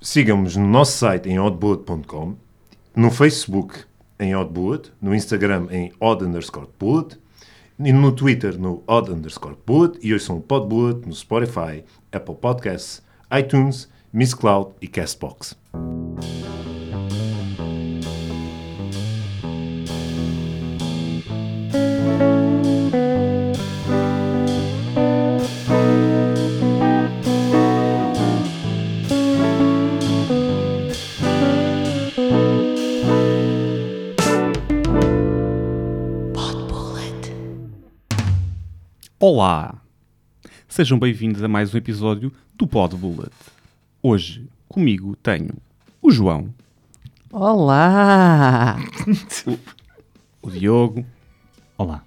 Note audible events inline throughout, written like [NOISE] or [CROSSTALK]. Sigam-nos no nosso site em oddbullet.com, no Facebook em oddbullet, no Instagram em odd underscore bullet, e no Twitter no odd underscore bullet e ouçam o Podbullet no Spotify, Apple Podcasts, iTunes, Miss Cloud e Castbox. Olá! Sejam bem-vindos a mais um episódio do Pod Bullet. Hoje, comigo tenho o João, Olá! o Diogo Olá.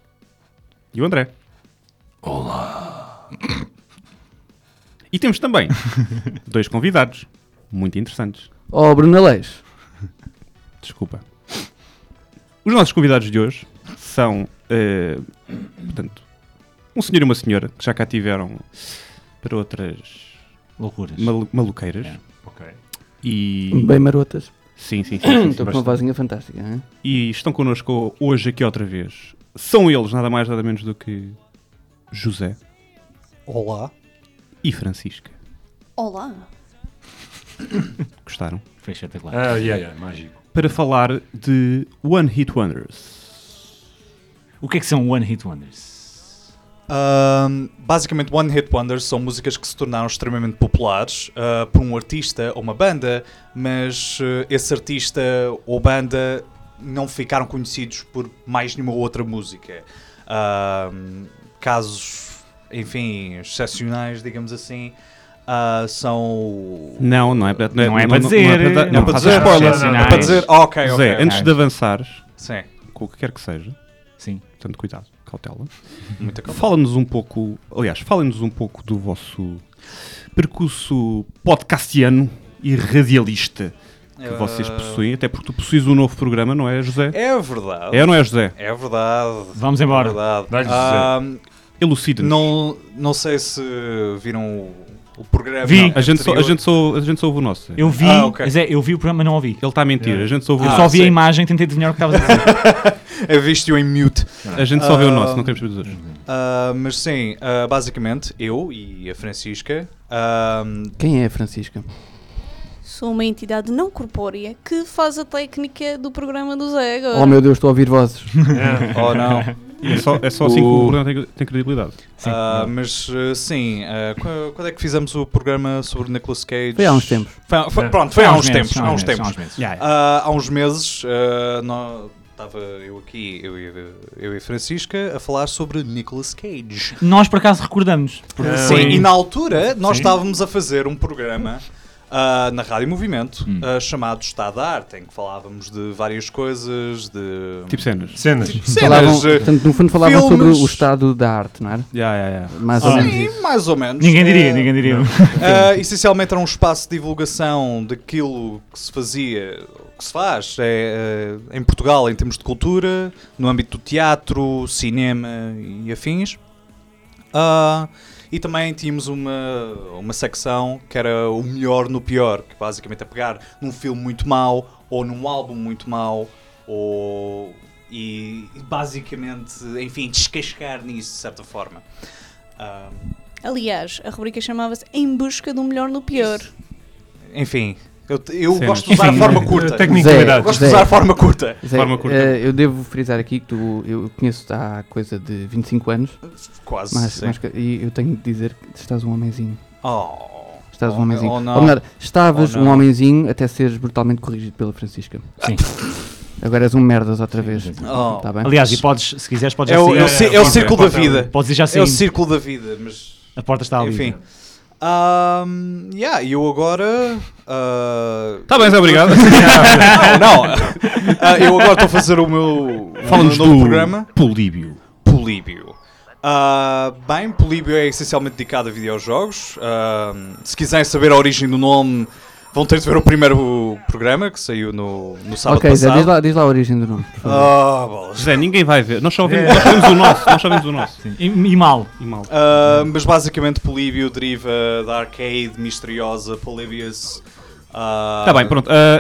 e o André. Olá! E temos também [LAUGHS] dois convidados muito interessantes. Oh, Bruno Aleixo. Desculpa. Os nossos convidados de hoje são, eh, portanto, um senhor e uma senhora que já cá tiveram para outras Loucuras. malu- maluqueiras. É. Ok. E. Bem marotas. Sim, sim, sim. sim, sim Estou Então, com uma bastante. vozinha fantástica. Hein? e estão connosco hoje aqui outra vez. São eles, nada mais nada menos do que José Olá. e Francisca. Olá! Gostaram? Foi espetacular. Ah, yeah, yeah, mágico. Para falar de One Hit Wonders. O que é que são One Hit Wonders? Ahm, basicamente, One Hit Wonders são músicas que se tornaram extremamente populares ah, por um artista ou uma banda, mas eh, esse artista ou banda não ficaram conhecidos por mais nenhuma outra música. Ahm, casos, enfim, excepcionais, digamos assim, ah, são. Não, não é para, Não é para dizer, dar- não não é para fazes dizer, spoiler. não, não, não. É para dizer, ok, ok. José, antes ok. de avançares, Sim, com o que quer que seja, Sim. portanto, cuidado, cautela. muita calma. Fala-nos um pouco, aliás, fala-nos um pouco do vosso percurso podcastiano e radialista que vocês Ah, possuem, até porque tu possuis um novo programa, não é, José? É verdade. É ou não é, José? É verdade. Vamos embora. É verdade. Vai-lhe Ahm, Elucida-nos. Não, não sei se viram o, o programa. Vi. A gente, só, a, anterior. gente só, a gente só ouve o nosso. Ele Eu vi, Ah, ok. mas é, eu vi o programa, mas não ouvi. está a mentir. A gente só ouve o eu Ah, só vi a sim. imagem, tentei adivinhar o que estavas a dizer. [LAUGHS] Eu visto-o em mute. nosso. A gente só vê o Ah. nosso, não queremos saber dos outros. Ah, mas sim, ah, basicamente eu e a Francisca. ah, Quem é a Francisca? Sou uma entidade não corpórea que faz a técnica do programa do Zé agora. Oh meu Deus, estou a ouvir [LAUGHS] vozes. oh não. E É só, é só assim que O- o programa tem, tem credibilidade. Sim. Ah, mas ah, sim, ah, qu- quando é que fizemos o programa sobre Nicolas Cage? Foi há uns tempos. Foi- foi- pronto, foi há uns meses, tempos. Há meses, uns tempos. há uns meses. Ah, há uns meses estava eu aqui, eu e, eu e a Francisca, a falar sobre Nicolas Cage. Nós, por acaso, recordamos. Porque Ah, Sim, foi- e na altura nós Sim. estávamos a fazer um programa ah, na Rádio Movimento Hum. ah, chamado Estado da Arte, em que falávamos de várias coisas, de Tipo cenas. Cenas. Falavam, cenas. eh, um- portanto, no fundo falavam filmes. sobre o estado da arte, não era? Já, já, já. Ah. Mais ou menos isso. Sim, mais ou menos. Ninguém diria, Eh, ninguém diria. [LAUGHS] ah, essencialmente era um espaço de divulgação daquilo que se fazia, que se faz eh, eh, em Portugal em termos de cultura, no âmbito do teatro, cinema e afins. Ah, e também tínhamos uma, uma secção que era o melhor no pior, que basicamente é pegar num filme muito mau ou num álbum muito mau ou e basicamente, enfim, descascar nisso de certa forma. Ah, Aliás, a rubrica chamava-se Em Busca do Melhor no Pior. Enfim, eu, eu Sim. gosto de usar Enfim, a [LAUGHS] forma curta. Tecnicalidade. Eu gosto Zé. de usar a forma curta. Zé, Forma curta. eh, eu devo frisar aqui que tu, eu conheço-te há coisa de 25 anos Quase. mas, sim. mas que- e eu tenho de dizer que estás um homenzinho. Oh. Estás Oh, um homenzinho. oh, não. Ou melhor, estavas Oh, não. um homenzinho até seres brutalmente corrigido pela Francisca. Sim. Agora és um merdas outra vez. sim, sim. Oh. Tá bem? Aliás, e podes, se quiseres, podes É já o, assim sair. é o ci- é o círculo da vida. Podes ir já um- É o sair. círculo da vida, mas. A Tá porta está ali. Enfim. Ahm, yeah, e eu agora. ah, Tá bem, Zé, [LAUGHS] obrigado. não, não. Ah, eu agora estou a fazer o meu, o meu Fala-nos novo do programa. Políbio. Políbio. Ah, bem, Políbio é essencialmente dedicado a videojogos. Ah, se quiserem saber a origem do nome, vão ter de ver o primeiro programa que saiu no, no sábado ok, Zé, passado. diz lá, diz lá a origem do nome. por favor. Ah, bolas. José, ninguém vai ver. Nós só ouvimos, É. nós só ouvimos o nosso. Nós só ouvimos o nosso. E, e mal. E mal. Ah, mas basicamente Políbio deriva da arcade misteriosa Polybius Ah, Tá bem, pronto. ah,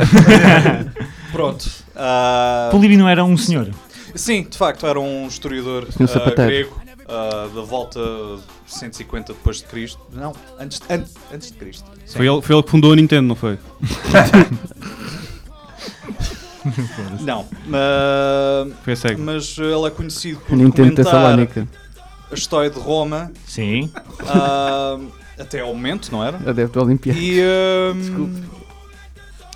Pronto. Ah, Políbio não era um senhor. sim, de facto, era um historiador Senhor ah, Sapateiro. grego ah, da volta de 150 depois de Cristo. Não, antes, an- antes de Cristo. foi, ele, foi ele que fundou a Nintendo, não foi? Não, mas, Foi a SEGA. mas ele é conhecido por Nintendo documentar Tessalónica. a história de Roma Sim. ah, até ao momento, não era? Adepto Olimpiado. E, ahm, Desculpe.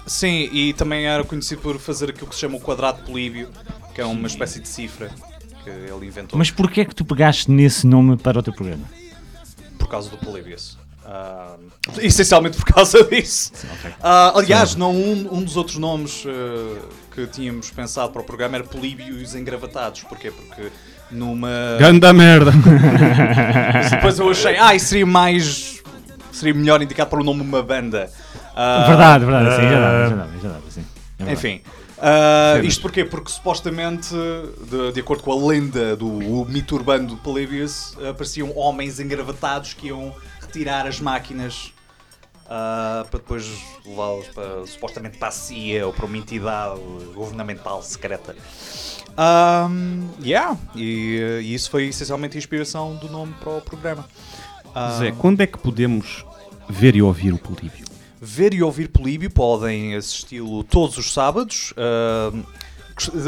Sim, e também era conhecido por fazer aquilo que se chama o quadrado políbio, que é uma espécie de cifra que ele inventou Mas porquê é que tu pegaste nesse nome para o teu programa? por causa do políbios. Ah, essencialmente por causa disso. Ah, aliás, não, um, um dos outros nomes ah, que tínhamos pensado para o programa era Políbio e os Engravatados. Porquê? Porque numa. Ganda merda. Depois eu achei, ah, isso seria mais. seria melhor indicado para o nome de uma banda. Ah, verdade, verdade, sim, já dava, já dava, já dava, sim. É verdade. Enfim. ah, isto porquê? Porque supostamente, de, de acordo com a lenda do o mito urbano do Polybius, apareciam homens engravatados que iam retirar as máquinas ah, para depois levá-las para, supostamente para a CIA ou para uma entidade governamental secreta. Ahm, yeah, e, eh, e isso foi essencialmente a inspiração do nome para o programa. Ah, [LAUGHS] Zé, quando é que podemos ver e ouvir o Políbio? Ver e ouvir Políbio podem assisti-lo todos os sábados. Ahm,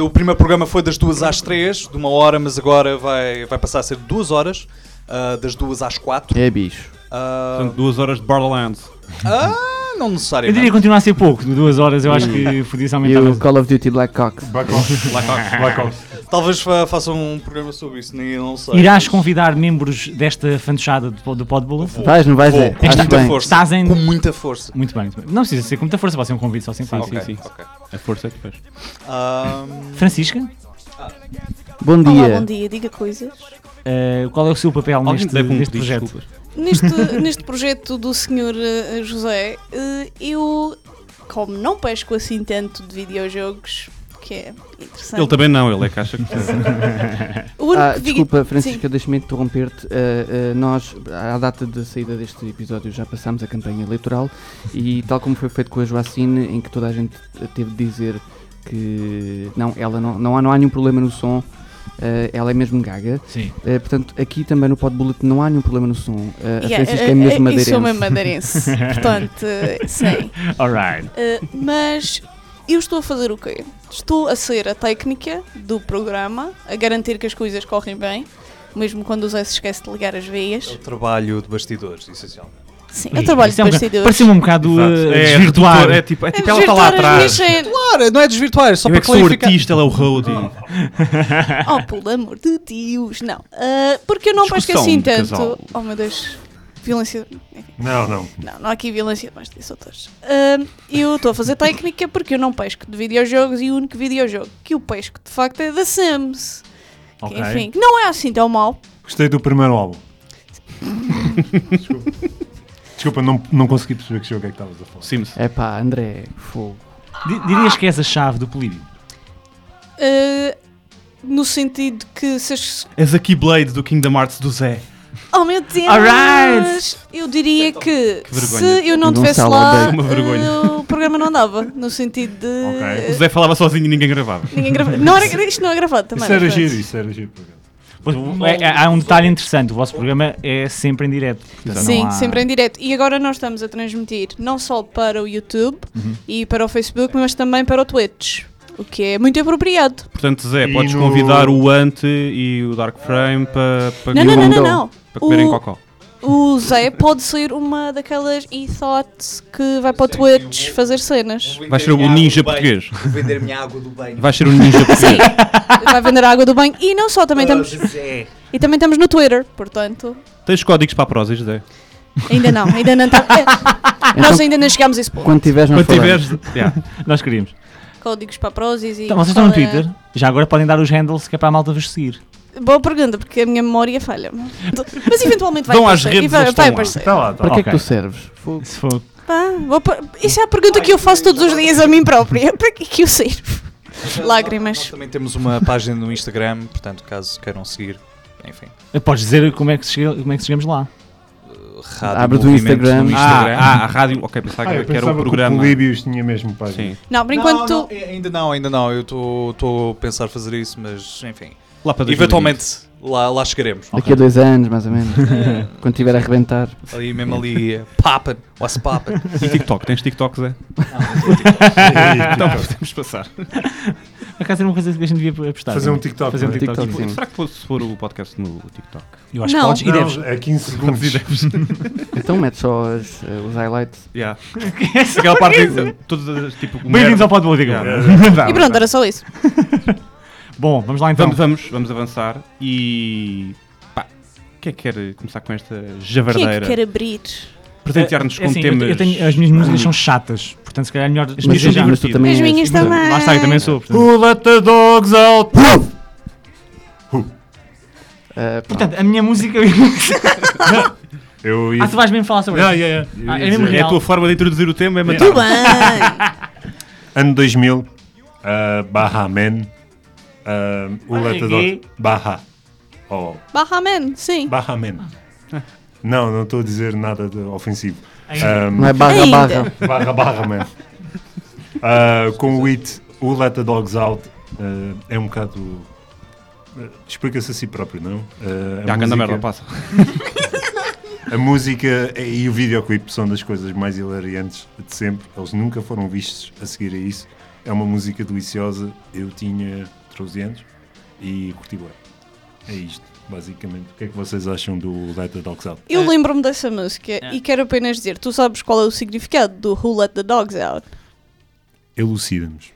o primeiro programa foi das duas às três, de uma hora, mas agora vai, vai passar a ser de duas horas, ah, das duas às quatro. É bicho. Ah, Portanto, duas horas de Borderlands. ah, não Eu diria necessariamente. que continua a ser pouco, de duas horas eu acho que E podia-se aumentar. o mais. um. Call of Duty Black Ops. Black Ops. Black Ops. Black Ops. Talvez fa- faça um programa sobre isso, nem não sei. Irás mas- convidar membros desta fantochada do, po- do Podbula? Tá. Vais, não vais, Vou, é? com Acho muita bem. força. Estás em- Com muita força. Muito bem, muito bem. Não precisa ser com muita força, pode ser um convite só simpático. Sim, Ok, sim, sim. ok. A força é que faz. Ahm, Francisca, Bom Olá, dia. bom dia, diga coisas. eh, qual é o seu papel Alguém neste, te deve um neste pedido de projeto? desculpas. [LAUGHS] Neste, neste projeto do Sr. eh, José, eh, eu, como não pesco assim tanto de videojogos, que é interessante. Ele também não, ele é que acha [LAUGHS] que tem. O único Ah, que vi- desculpa, Sim. Francisca, deixa-me interromper-te. Ah, ah, nós, à data da saída deste episódio, já passámos a campanha eleitoral e, tal como foi feito com a Joacine, em que toda a gente teve de dizer que não, ela não, não, há, não há nenhum problema no som, ah, ela é mesmo gaga. Sim. Ah, portanto, aqui também no Pod Bullet não há nenhum problema no som. Ah, a Yeah, Francisca eh, é eh, mesmo Eu sou mesmo madeirense. [LAUGHS] madeirense, portanto, eh, sim. Alright. Eh, mas eu estou a fazer o quê? Estou a ser a técnica do programa, a garantir que as coisas correm bem, mesmo quando o Zé se esquece de ligar as é o veias. trabalho de bastidores, essencialmente. Sim, eu trabalho Isso de é um bocado- bastidores. Pareceu-me um bocado eh, É, desvirtuar. É tipo, é tipo É ela está lá desvirtuar as atrás. minhas cenas. Claro, não é desvirtuar, é só Eu para é que sou o clarificar. artista, ele é o roadie. Oh, pelo amor de Deus, não. Ah, porque eu não pesco Discussão assim de tanto. casal. Oh meu Deus, violência. Não, não. Não, não há aqui violência mais disso outras. Ah, eu estou a fazer técnica porque eu não pesco de videojogos e o único videojogo que eu pesco de facto é da Sims. Que, Ok. Enfim, que não é assim tão mau. Gostei do primeiro álbum. Desculpa. Desculpa, não, não consegui perceber que jogo é que estavas a falar. Sims. É pá, André, fogo. Di- Dirias que és a chave do Políbio? Ah, no sentido que se as... És a Keyblade do Kingdom Hearts do Zé. Oh meu Deus! Alright. Eu diria Então, que, vergonha. se eu não Não estivesse sabe, lá, odeio. Uma vergonha. ah, o programa não andava. No sentido de. eh, Ok. O Zé falava sozinho e ninguém gravava. Ninguém grava- Não era, isto não é gravado também. Isso era mas pronto. giro, isso era giro. por acaso. Pois, o- é- é- há um detalhe interessante: o vosso programa é sempre em direto. portanto, não Sim, há- sempre em direto. E agora nós estamos a transmitir não só para o YouTube e para o Facebook, mas também para o Twitch. O que é muito apropriado. Portanto, Zé, E podes no- convidar o Ante e o Dark Frame para pa um Não, não, não, não, mandou. não. pa comerem O- cocó. O Zé pode ser uma daquelas e-thoughts que vai para o Twitch fazer cenas. Vai ser o ninja português. Vou vender a minha água do bem. Vai ser o ninja português. Vai vender a água do banho. E não só, também estamos, é. Zé. e também estamos no Twitter, portanto. Tens códigos para a prosa, Zé? Ainda não, ainda não [LAUGHS] tá- Então, Nós ainda não chegámos a esse ponto. Quando tiveres, nós Quando tiveres. falamos. Yeah. Nós queríamos. Códigos para prosis e. Então, vocês estão no qual é- Twitter? Já agora podem dar os handles que é para a malta vos seguir. Boa pergunta, porque a minha memória falha. Mas eventualmente vai Vão às aparecer. redes, vai, eles estão vai lá. aparecer. Tá Está lá, está Para lá. que é que Ok. tu serves? Fogo. Se for. Pá, vou pa- Isso é a pergunta que eu faço todos os dias a mim própria. [LAUGHS] Para que é que eu sirvo? Nós Lágrimas. também temos uma página no Instagram, portanto, caso queiram seguir, enfim. Podes dizer como é que, chega- como é que chegamos lá. eh, Rádio Abres o Movimento Instagram. no Ah, ah, a rádio. Ok, pensava Ah, que, eu era- que era pensava um programa. que o Políbios tinha mesmo página. [LAUGHS] Sim. Não, por Não, enquanto não, tu. a- ainda não, ainda não. Eu estou a pensar fazer isso, mas enfim. Lá para 2020. Eventualmente lá, lá chegaremos. Daqui a dois anos, mais ou menos. Quando estiver a arrebentar. Ali mesmo ali, eh, papa, what's papa. E TikTok. Tens TikTok, Zé? É, Ah, Então podemos passar. Por acaso era uma coisa que a gente devia apostar. Fazer um não? TikTok. Fazer um não é? TikTok. TikTok, sim. Será que fosse for o podcast no TikTok? Eu acho que Não. podes [LAUGHS] e deves. Não, é 15 segundos. Então mete só as, eh, os highlights. [LAUGHS] Yeah. Aquela parte em- todas as tipo. Bem-vindos ao Pod Búdigo. [LAUGHS] podcast. E pronto, era só isso. Bom, vamos lá então. Vamos, vamos, vamos avançar e. pá, quem é que quer começar com esta Quem é javardeira? que quer abrir? Presentear-nos É com assim, eu te- temas. eu tenho- as minhas músicas são chatas, portanto, se calhar é melhor. As minhas Mas, são mas tu divertidas. também As és- minhas também. Lá está, eu também sou. Portanto, Who let the dogs out? Eh, pá, Portanto, a minha música. [LAUGHS] Eu ia... ah, tu vais mesmo falar sobre Yeah, isso. yeah, yeah. Ah, Eu é ia mesmo dizer- É a real. tua forma de introduzir o tema, é matar. Muito bem! Ano 2000, uh, Baha Man, uh, o Olha letador aqui. Baha. Oh, Barra Man, sim. Baha Man. Não, não estou a dizer nada de ofensivo. Ainda. Um, não é barra, Ainda. barra. barra, barra, man. Uh, com o It, o Let the Dogs Out uh, é um bocado. uh, Explica-se a si próprio, não? Uh, Já, ganda merda, passa. a música e o videoclipe são das coisas mais hilariantes de sempre. Eles nunca foram vistos a seguir a isso. É uma música deliciosa. Eu tinha 13 anos e curti bem. É isto, basicamente. O que é que vocês acham do Let the Dogs Out? Eu lembro-me dessa música É. e quero apenas dizer: tu sabes qual é o significado do Who Let the Dogs Out? Elucida-nos.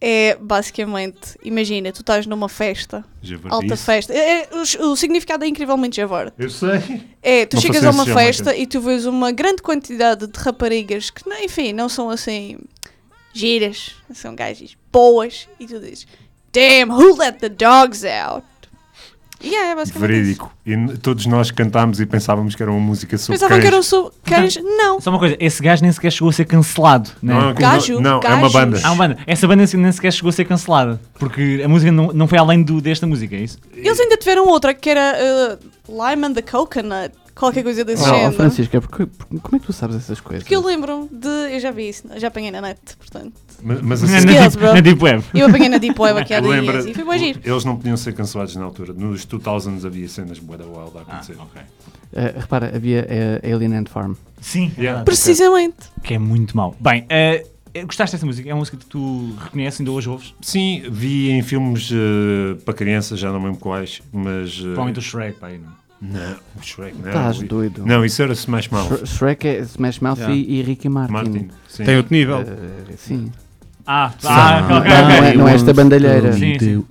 É basicamente, imagina, tu estás numa festa, Já vos alta disse. festa. É, é, o, o significado é incrivelmente javor. Eu sei. É, tu Não chegas sei a se uma já é uma festa e tu vês uma grande quantidade de raparigas que, não- enfim, não são assim giras, são gajas boas, e tu dizes: Damn, who let the dogs out? Yeah, é basicamente. Verídico. E n- todos nós cantámos e pensávamos que era uma música isso. sobre Pensavam que um cães. eram so- cães? Não. Só uma coisa, esse gajo nem sequer chegou a ser cancelado, né? Não, é um- Gajo, não, é uma gajos. banda. Há uma banda. Essa banda nem sequer chegou a ser cancelada. Porque a música não, não foi além do, desta música, é isso? Eles ainda tiveram outra que era uh, Lime and the Coconut, qualquer coisa desse Oh, género. oh, Francisca, porque- porque- como é que tu sabes essas coisas? Porque eu lembro de. Eu já vi isso, já apanhei na net, portanto. Mas, mas é Na, assim, na Skills, deep, bro. na Deep Web. Eu apanhei na Deep [LAUGHS] Web [LAUGHS] aqui há dois lembra, dias e fui bem giro. eles não podiam ser cancelados na altura. Nos 2000s havia cenas bué da Ah, wild a acontecer. Eh, repara, havia eh, Alien Ant Farm. Sim, é Yeah. verdade. Precisamente. que é muito mau. Bem, eh, gostaste dessa música? É uma música que tu reconheces, ainda hoje ouves? Sim, vi em filmes eh, para crianças, já não me lembro quais, mas. eh, Provavelmente o Shrek, pá, aí, não. Não, o Shrek, não. Estás o- doido. Não, isso era Smash Mouth. Shre- Shrek é Smash Mouth Yeah. e, e Ricky Martin. Martin. Sim. Tem outro nível. Eh, sim. Ah, ah, ok, ok, Não, ok. é- não é esta bandalheira. Sim, sim.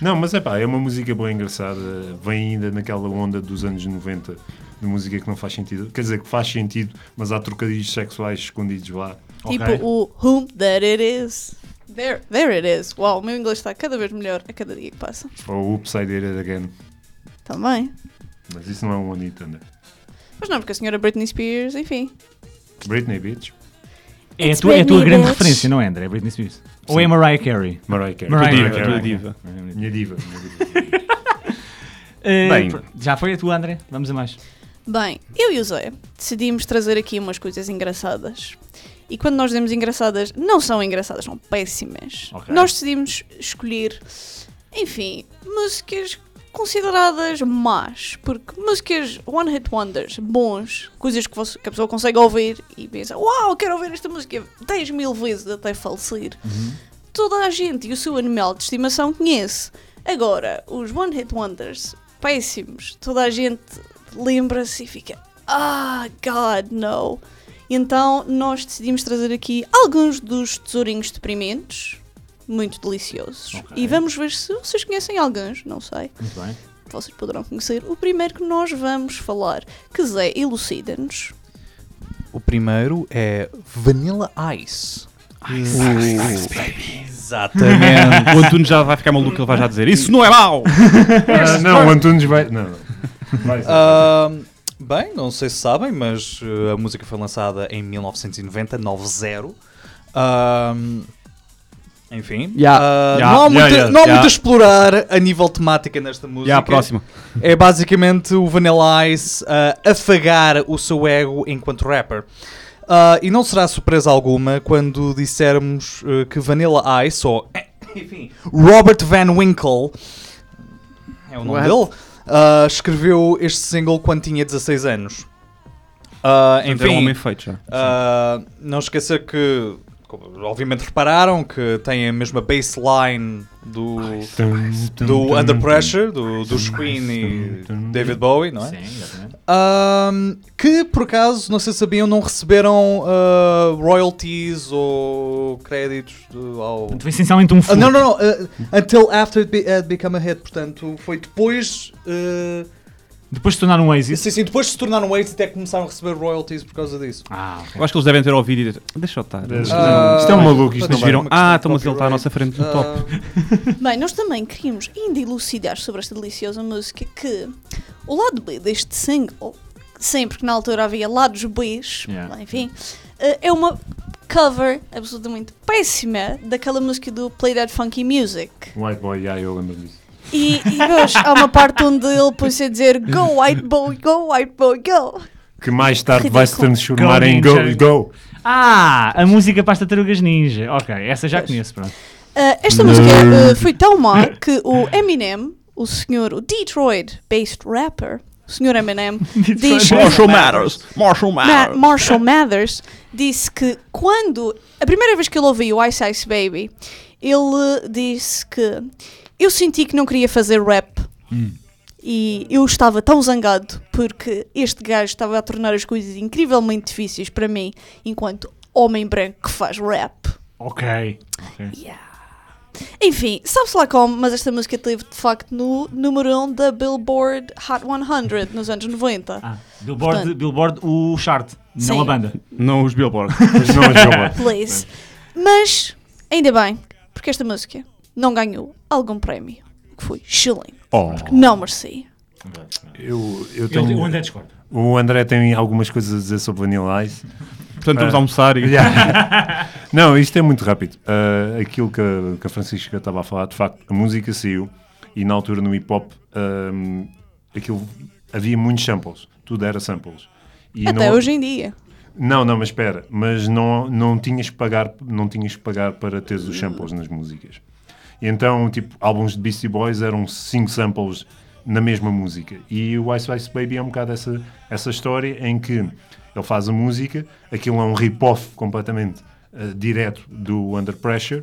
Não, mas é pá, é uma música bem engraçada. Vem ainda naquela onda dos anos 90 de música que não faz sentido. Quer dizer, que faz sentido, mas há trocadilhos sexuais escondidos lá. Tipo o Whom That It Is. There, there it is. Uau, o meu inglês está cada vez melhor a cada dia que passa. Ou Oops, I Did It Again. Também. Mas isso não é um Anitta, né? Mas não, porque a senhora Britney Spears, enfim. Britney Beach, É a It's tua, é a tua Britney, grande bitch. referência, não é, André? É Britney Spears. Ou Sim. é Mariah Carey? Mariah Carey. Mariah Mariah Carey. Carey. Tua diva. Minha diva. minha diva. Eh, Bem. pr- já foi a tua, André? Vamos a mais. Bem, eu e o Zé decidimos trazer aqui umas coisas engraçadas. E quando nós dizemos engraçadas, não são engraçadas, são péssimas. Ok. Nós decidimos escolher, enfim, músicas consideradas más. Porque músicas one hit wonders, bons, coisas que, você- que a pessoa consegue ouvir e pensa: Uau, quero ouvir esta música 10 mil vezes até falecer. Toda a gente e o seu animal de estimação conhece. Agora, os one hit wonders, péssimos, toda a gente lembra-se e fica: Ah, God, no. Então, nós decidimos trazer aqui alguns dos tesourinhos deprimentos, muito deliciosos. E vamos ver se vocês conhecem alguns, não sei. Muito bem. Vocês poderão conhecer. O primeiro que nós vamos falar, que Zé elucida-nos. O primeiro é Vanilla Ice. Uh, Exatamente. O Antunes já vai ficar maluco, ele vai já dizer [LAUGHS] Isso não é mau! Ah, não, o Antunes vai. Não, não. Vai, Zé. Ahm, bem, não sei se sabem, mas eh, a música foi lançada em 1990, 90. Ahm, Enfim, Yeah. ah, Yeah, não há, yeah, muito, yeah, não há yeah. muito a explorar a nível temática nesta música. Já, a próxima. É basicamente o Vanilla Ice ah, afagar o seu ego enquanto rapper. Ah, e não será surpresa alguma quando dissermos ah, que Vanilla Ice, ou [COUGHS] enfim, Robert Van Winkle, é o nome What? dele, ah, escreveu este single quando tinha 16 anos. Ah, Portanto, era um enfim, homem feito já. Uh, não esquecer que, como obviamente repararam, que tem a mesma baseline do, do Under Pressure, do, dos Queen e David Bowie, não é? Sim, exatamente. Um, que por acaso, não sei se sabiam, não receberam uh, royalties ou créditos do- ao. Portanto, foi essencialmente um Ah, filme. não, não, não. uh, until after it be- had become a hit. Portanto, foi depois. Uh, Depois de tornar um Oasis. sim, sim, depois de se tornaram AIDS até começaram a receber royalties por causa disso. Ah, ok. Eu acho que eles devem ter ouvido e dito, deixa eu estar. Deixa- Ah, Ah, isto é um maluco, isto não Eles vai. viram, uma questão ah, de então mas ele está à copyright." nossa frente no top. Bem, nós também queríamos ainda elucidar sobre esta deliciosa música que o lado B deste single, sempre que na altura havia lados Bs, Yeah. enfim, eh, é uma cover absolutamente péssima daquela música do Play That Funky Music. um White Boy, já, eu lembro disso. E, e hoje há uma parte onde ele põe-se a dizer Go White Boy, Go White Boy, Go! Que mais tarde Ridículo. vai se transformar Go em Go, Ninja. Go. Ah, a música para as Tartarugas Ninja. Ok, essa já Pois. conheço, pronto. Eh, esta Nerd. música eh, foi tão má que o Eminem, o senhor, o Detroit-based rapper, o [LAUGHS] senhor Eminem, diz... Marshall Ma- Marshall Mathers disse que quando a primeira vez que ele ouviu Ice Ice Baby, ele disse que eu senti que não queria fazer rap e eu estava tão zangado porque este gajo estava a tornar as coisas incrivelmente difíceis para mim enquanto homem branco que faz rap. Ok. Enfim, sabe-se lá como, mas esta música teve de facto no número 1 um da Billboard Hot 100 nos anos 90. Ah, Billboard, Portanto- Billboard o chart, Sim. não a banda. Não os Billboard. Mas não é [LAUGHS] Joe Please. Mas, ainda bem, porque esta música não ganhou algum prémio, que foi Schilling. Oh. Não mereci. Eu, eu Ele- O tenho, André discorda. o André tem algumas coisas a dizer sobre Vanilla Ice. Portanto, vamos almoçar e... Yeah. Não, isto é muito rápido. Ah, aquilo que a, que a Francisca estava a falar, de facto, a música saiu e na altura no hip hop ahm, aquilo, havia muitos samples, tudo era samples. E Até não, hoje em dia. Não, não, mas espera, mas não, não, tinhas que pagar, não tinhas que pagar para teres os samples nas músicas. E então, tipo, álbuns de Beastie Boys eram cinco samples na mesma música. E o Ice Ice Baby é um bocado essa, essa história em que ele faz a música, aquilo é um rip-off completamente eh, direto do Under Pressure.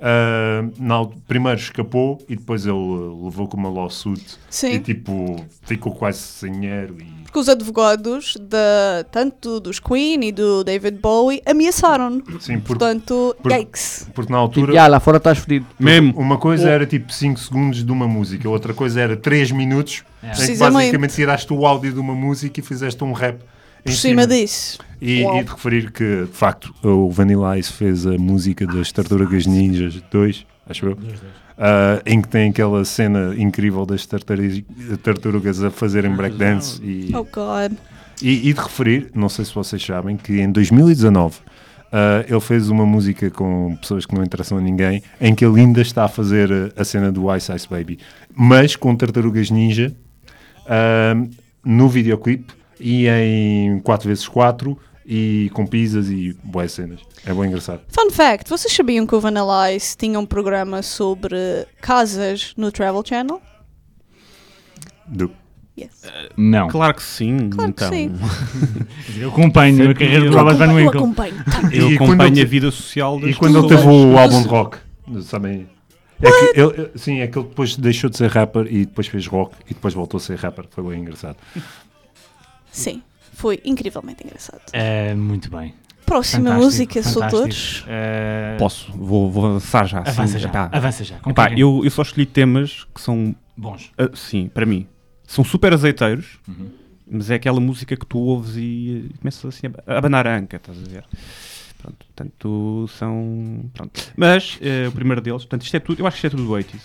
Ah, na al- primeiro escapou e depois ele eh, levou com uma lawsuit Sim. e tipo ficou quase sem dinheiro e Porque os advogados, da tanto dos Queen e do David Bowie, ameaçaram-no. sim, por- Portanto, por- yikes. porque na Tipo, altura "Ya, lá fora estás fodido. Mesmo. Uma coisa era tipo 5 segundos de uma música, outra coisa era 3 minutos em que Precisamente. basicamente tiraste o áudio de uma música e fizeste um rap em Por cima disso. E, Uau. e de referir que, de facto, o Vanilla Ice fez a música das Tartarugas Ninjas 2, acho eu, ah, em que tem aquela cena incrível das tartari- tartarugas a fazerem breakdance e, Oh God. e, e de referir, não sei se vocês sabem, que em 2019 ah, ele fez uma música com pessoas que não interessam a ninguém, em que ele ainda está a fazer ah, a cena do Ice Ice Baby, mas com tartarugas ninja ah, no videoclipe e em 4x4 e com pizzas e boas cenas. É bom engraçado. Fun fact, vocês sabiam que o Vanilla Ice tinha um programa sobre casas no Travel Channel? Du. Yes. Eh, Não. Claro que sim. Claro que então. sim. Eu acompanho a carreira do Robert Van Eu Winkle. acompanho. Eu E quando acompanho ele- a vida social das E quando ele pessoas. teve o álbum de rock, sabem? É que ele- ele- sim, é que ele depois deixou de ser rapper e depois fez rock e depois voltou a ser rapper. Foi bem engraçado. Sim, foi incrivelmente engraçado. É, muito bem. Próxima Fantástico, música, fantástico. Soutores. É, Posso, vou, vou avançar já. assim, Avança já. epá. Avança já. um Epá, Conclui. eu, eu só escolhi temas que são, Bons. ah, sim, para mim, são super azeiteiros, mas é aquela música que tu ouves e eh, começas assim a abanar a anca, estás a ver? Pronto, portanto, são... Pronto. Mas, eh, o primeiro deles, portanto, isto é tudo, eu acho que isto é tudo do 80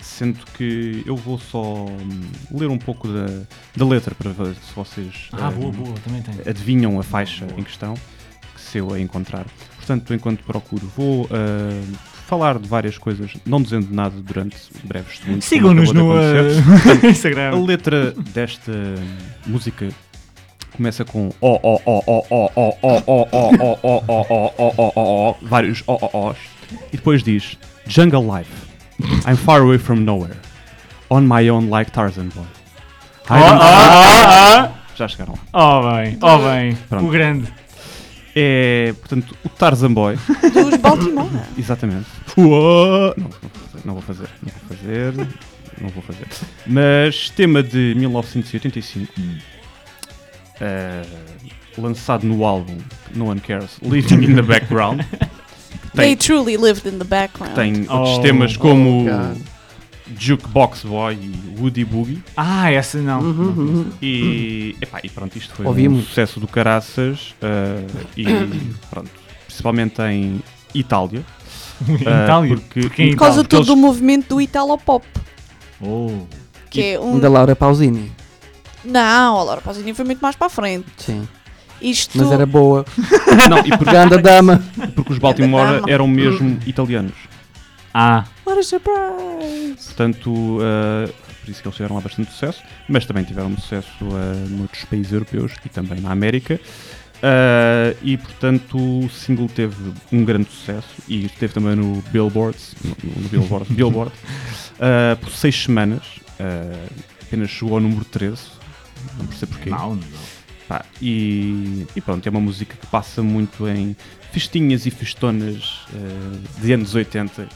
sendo que eu vou só hum, ler um pouco da, da letra para ver se vocês Ah, hum, boa, boa. Também tenho. adivinham a faixa em questão que se eu a encontrar. Portanto, enquanto procuro, vou ah, falar de várias coisas, não dizendo nada durante breves segundos. como Sigam-nos acabou no de acontecer. eh, A [LAUGHS] Instagram. letra desta música começa com ó ó ó ó ó ó ó ó ó ó ó ó ó ó ó ó ó vários ó ó ós e depois diz Jungle Life I'm far away from nowhere on my own like Tarzan boy I Oh, don't- oh, oh, já chegaram lá oh. Oh, bem, oh, bem. Pronto. O grande. é portanto o Tarzan boy [LAUGHS] Dos Baltimore. Exatamente. Uou! Não, não vou fazer, não vou fazer, não vou fazer, não vou fazer. Mas tema de 1985, Hum. eh, lançado no álbum No One Cares, Living in the Background, Tem- They truly lived in the background. tem Oh. outros temas como God. Jukebox Boy e Woody Boogie. Ah, essa não. Uhum, uhum. Hum. E, epá, e pronto, isto foi Ouvi um muito. sucesso do caraças eh, e pronto, principalmente em Itália. eh, Itália. porque- Porque em Por causa de Porque todo Então, eles- o movimento do Italopop. Oh. Que é um. Um da Laura Pausini. Não, a Laura Pausini foi muito mais para a frente. Sim. Isto. Mas era boa. Não, e porque Ganda dama. porque os Baltimore eram mesmo italianos. Ah, What a surprise! Portanto, eh, por isso que eles tiveram lá bastante sucesso, mas também tiveram sucesso eh, noutros países europeus e também na América. Eh, e portanto o single teve um grande sucesso e esteve também no Billboard, no, no Billboard, Billboard eh, por seis semanas, eh, apenas chegou ao número 13, não percebo porquê. não. Pá, e, e pronto, é uma música que passa muito em festinhas e festonas eh, de anos 80,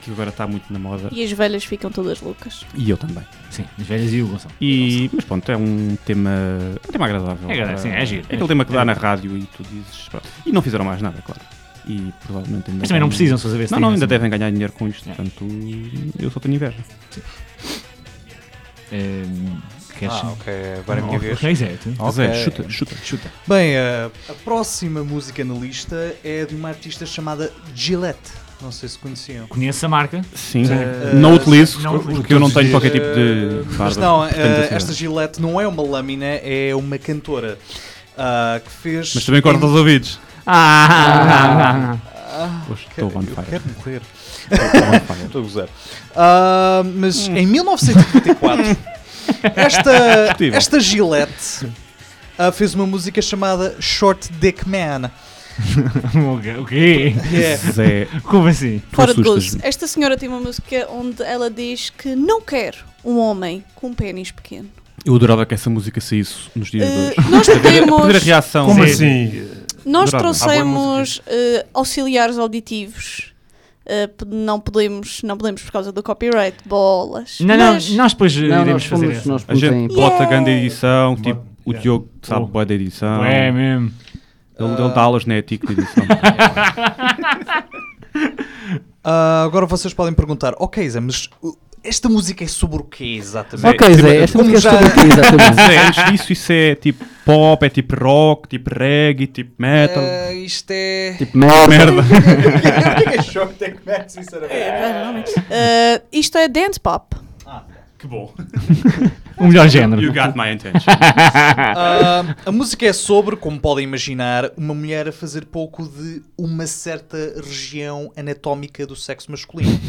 que agora está muito na moda. E as velhas ficam todas loucas. E eu também. Sim, as velhas e o Gonçalo. E, mas pronto, é um tema, um tema agradável. É agradável, Ah, sim, é giro. aquele tema que dá É. na rádio e tu dizes. pronto. E não fizeram mais nada, claro. E provavelmente ainda. Mas também não vão- precisam, se saber se Não, têm não, ainda razão. devem ganhar dinheiro com isto. É. Portanto, eu só tenho inveja. Ehm, queres- Ah, ok, agora é a Não, minha vez. ok, Zé, tu- Ok. Zé, chuta, chuta, chuta. Bem, a, a próxima música na lista é de uma artista chamada Gillette. Não sei se conheciam. Conheço a marca. Sim, Eh, não utilizo, não porque eu não tenho qualquer tipo Eh, de. Mas barba assim, não, eh, pertencente a esta Gillette não é uma lâmina, é uma cantora ah, que fez. Mas também corta os ouvidos. Ah, Ah, Hoje quero- estou on eu fire. quero morrer. Estou on fire. Estou a gozar. Ah, mas em [LAUGHS] 1994, esta, Discutível. esta Gillette ah, fez uma música chamada Short Dick Man. [LAUGHS] o quê? que é- Zé, Como assim? tu Fora de gozo. assustas-me. Esta senhora tem uma música onde ela diz que não quer um homem com um pênis pequeno. Eu adorava que essa música saísse nos dias de Eh, hoje. nós A primeira temos. reação. é, Como Sim. assim? Nós Adorava. trouxemos eh, auxiliares auditivos. Eh, p- não podemos, não podemos por causa do copyright, bolas. Não, não, Mas- nós depois eh, Não, iremos nós fazer fomos, essa. nós A fomos em... gente bota grande edição, Bota- tipo, o yeah. Diogo sabe Oh. boa da edição. É mesmo. Ele, ele dá aulas na ética de edição. Ah, agora vocês podem perguntar: Ok, Zé, mas uh, esta música é sobre o quê exatamente? Tipo, Ok, Zé, esta Como música já- é sobre o quê, exatamente? Zé, antes disso, isso é tipo pop, é tipo rock, tipo reggae, tipo metal. Ah, isto é. [LAUGHS] tipo, merda. Merda. O que é- o que é Short Dick Man, sinceramente? Eh, isto é dance pop. Que bom. O Um melhor género. You got my intention. [LAUGHS] Ah, a música é sobre, como podem imaginar, uma mulher a fazer pouco de uma certa região anatómica do sexo masculino.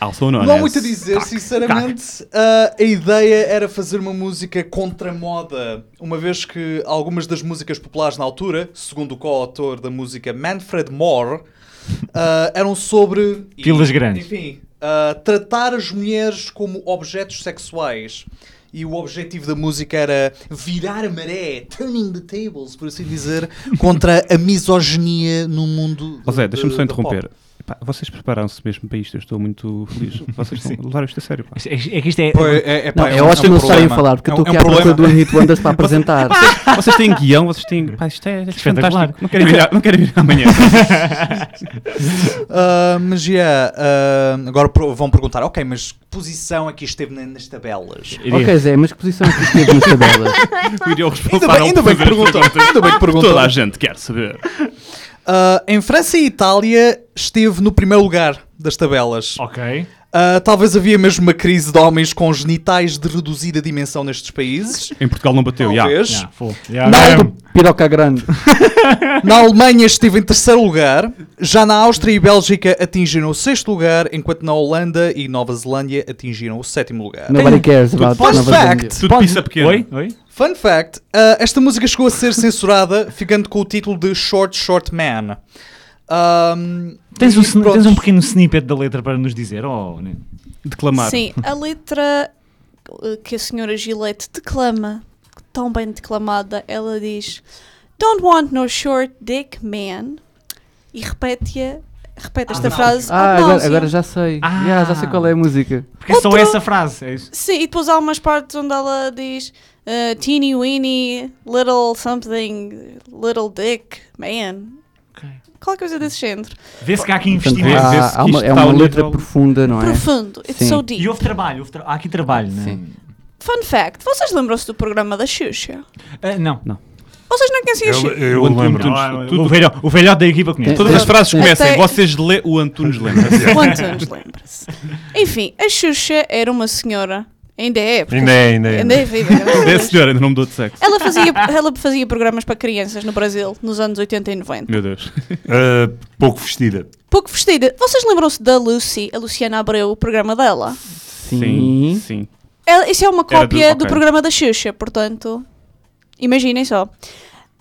Also known Não há as- muito a dizer, Tac, sinceramente. ah, a ideia era fazer uma música contra a moda, uma vez que algumas das músicas populares na altura, segundo o co-autor da música Manfred Moore, ah, eram sobre. Pilas grandes. Enfim, ah, tratar as mulheres como objetos sexuais. E o objetivo da música era virar a maré, turning the tables, por assim dizer, contra a misoginia no mundo. Ó Zé, de- deixa-me só Eh, da pop. interromper. Pá, vocês prepararam-se mesmo para isto, eu estou muito [LAUGHS] feliz. Vocês estão a levar isto a sério. Pá. Isto- É é que isto é. Pois, é, é, Não, pá, é, um- ótimo um eles estarem a problema. falar, porque eu É estou um- aqui é à um procura problema. do Henrique Wonders para apresentar. Vocês têm guião, vocês têm. Pá, isto é, isto é Espetacular. fantástico. Não quero, vir, não quero vir amanhã. Ah, mas yeah, ah, agora pro- vão perguntar, ok, mas que posição é que isto teve na- nas tabelas? ok, Zé, mas que posição é que esteve nas tabelas? O Diogo Ainda bem, responsável por ainda bem que fazer perguntou. as perguntas. Ainda bem que perguntou. Toda a gente quer saber. Ah, em França e Itália esteve no primeiro lugar das tabelas. Ok. Ah, talvez havia mesmo uma crise de homens com genitais de reduzida dimensão nestes países. Em Portugal não bateu, já. Talvez. Yeah, full. Yeah, Naldo mesmo. Piroca Grande. Na Alemanha esteve em terceiro lugar, já na Áustria e Bélgica atingiram o sexto lugar, enquanto na Holanda e Nova Zelândia atingiram o sétimo lugar. Nobody cares Tudo about Fun Nova Zelândia. fact, Tudo pizza pequena. Oi? Oi? fun fact, ah, esta música chegou [LAUGHS] a ser censurada, ficando com o título de Short Short Man. Ahm, Tens e um, sn- pronto. tens um pequeno snippet da letra para nos dizer? Oh, né? Declamar. Sim, a letra uh, que a senhora Gillette declama, tão bem declamada, ela diz Don't want no short dick man e repete-a, repete esta frase Ah, ad agora, nauseam. agora já sei. Ah. Yeah, já sei qual é a música. Porque é só Outro- essa frase, é isso? Sim, e depois há umas partes onde ela diz uh, teeny weeny little something little dick man qualquer coisa desse género Vê-se que há aqui Portanto, investimento. vê-se há- que há uma- isto é está uma ao letra nível- profunda, não é? profundo it's Sim. so E deep houve trabalho, houve tra- há aqui trabalho, né? Sim. fun fact vocês lembram-se do programa da Xuxa? Ah, não. vocês não conheciam Eu, a Xuxa? eu O Antunes- lembro. Tudo- Ah, tudo- o, velho, o velhote da equipa É, conhece. Todas as frases Até- começam. Vocês lê o Antunes lembra. O Antunes lembra-se. Enfim, a Xuxa era uma senhora, ainda é, porque Ainda é, ainda é. ainda é viva. É senhora, ainda não mudou de sexo. Ela fazia, ela fazia programas para crianças no Brasil nos anos 80 e 90. Meu Deus. Ah, pouco vestida. Pouco vestida. Vocês lembram-se da Lucy, a Luciana Abreu, o programa dela? Sim. Sim. Ela- isso é uma Era do- cópia do, ok. programa da Xuxa, portanto, imaginem só.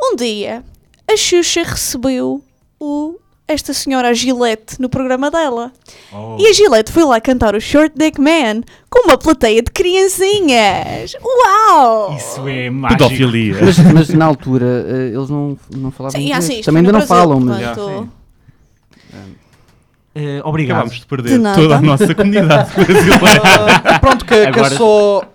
Um dia, a Xuxa recebeu o, esta senhora, a Gillette, no programa dela. Oh. E a Gillette foi lá cantar o Short Dick Man com uma plateia de criancinhas. Uau! Isso é mágico. Pedofilia. Mas, mas na altura eh, eles não, não é falavam Sim, ah, inglês. sim, isto Também ainda foi no não Brasil, falam, mas portanto, Já, sim. Eh, obrigado. Acabámos de perder nada. toda a nossa comunidade brasileira. Ah, pronto, que, Agora- [LAUGHS] quero só.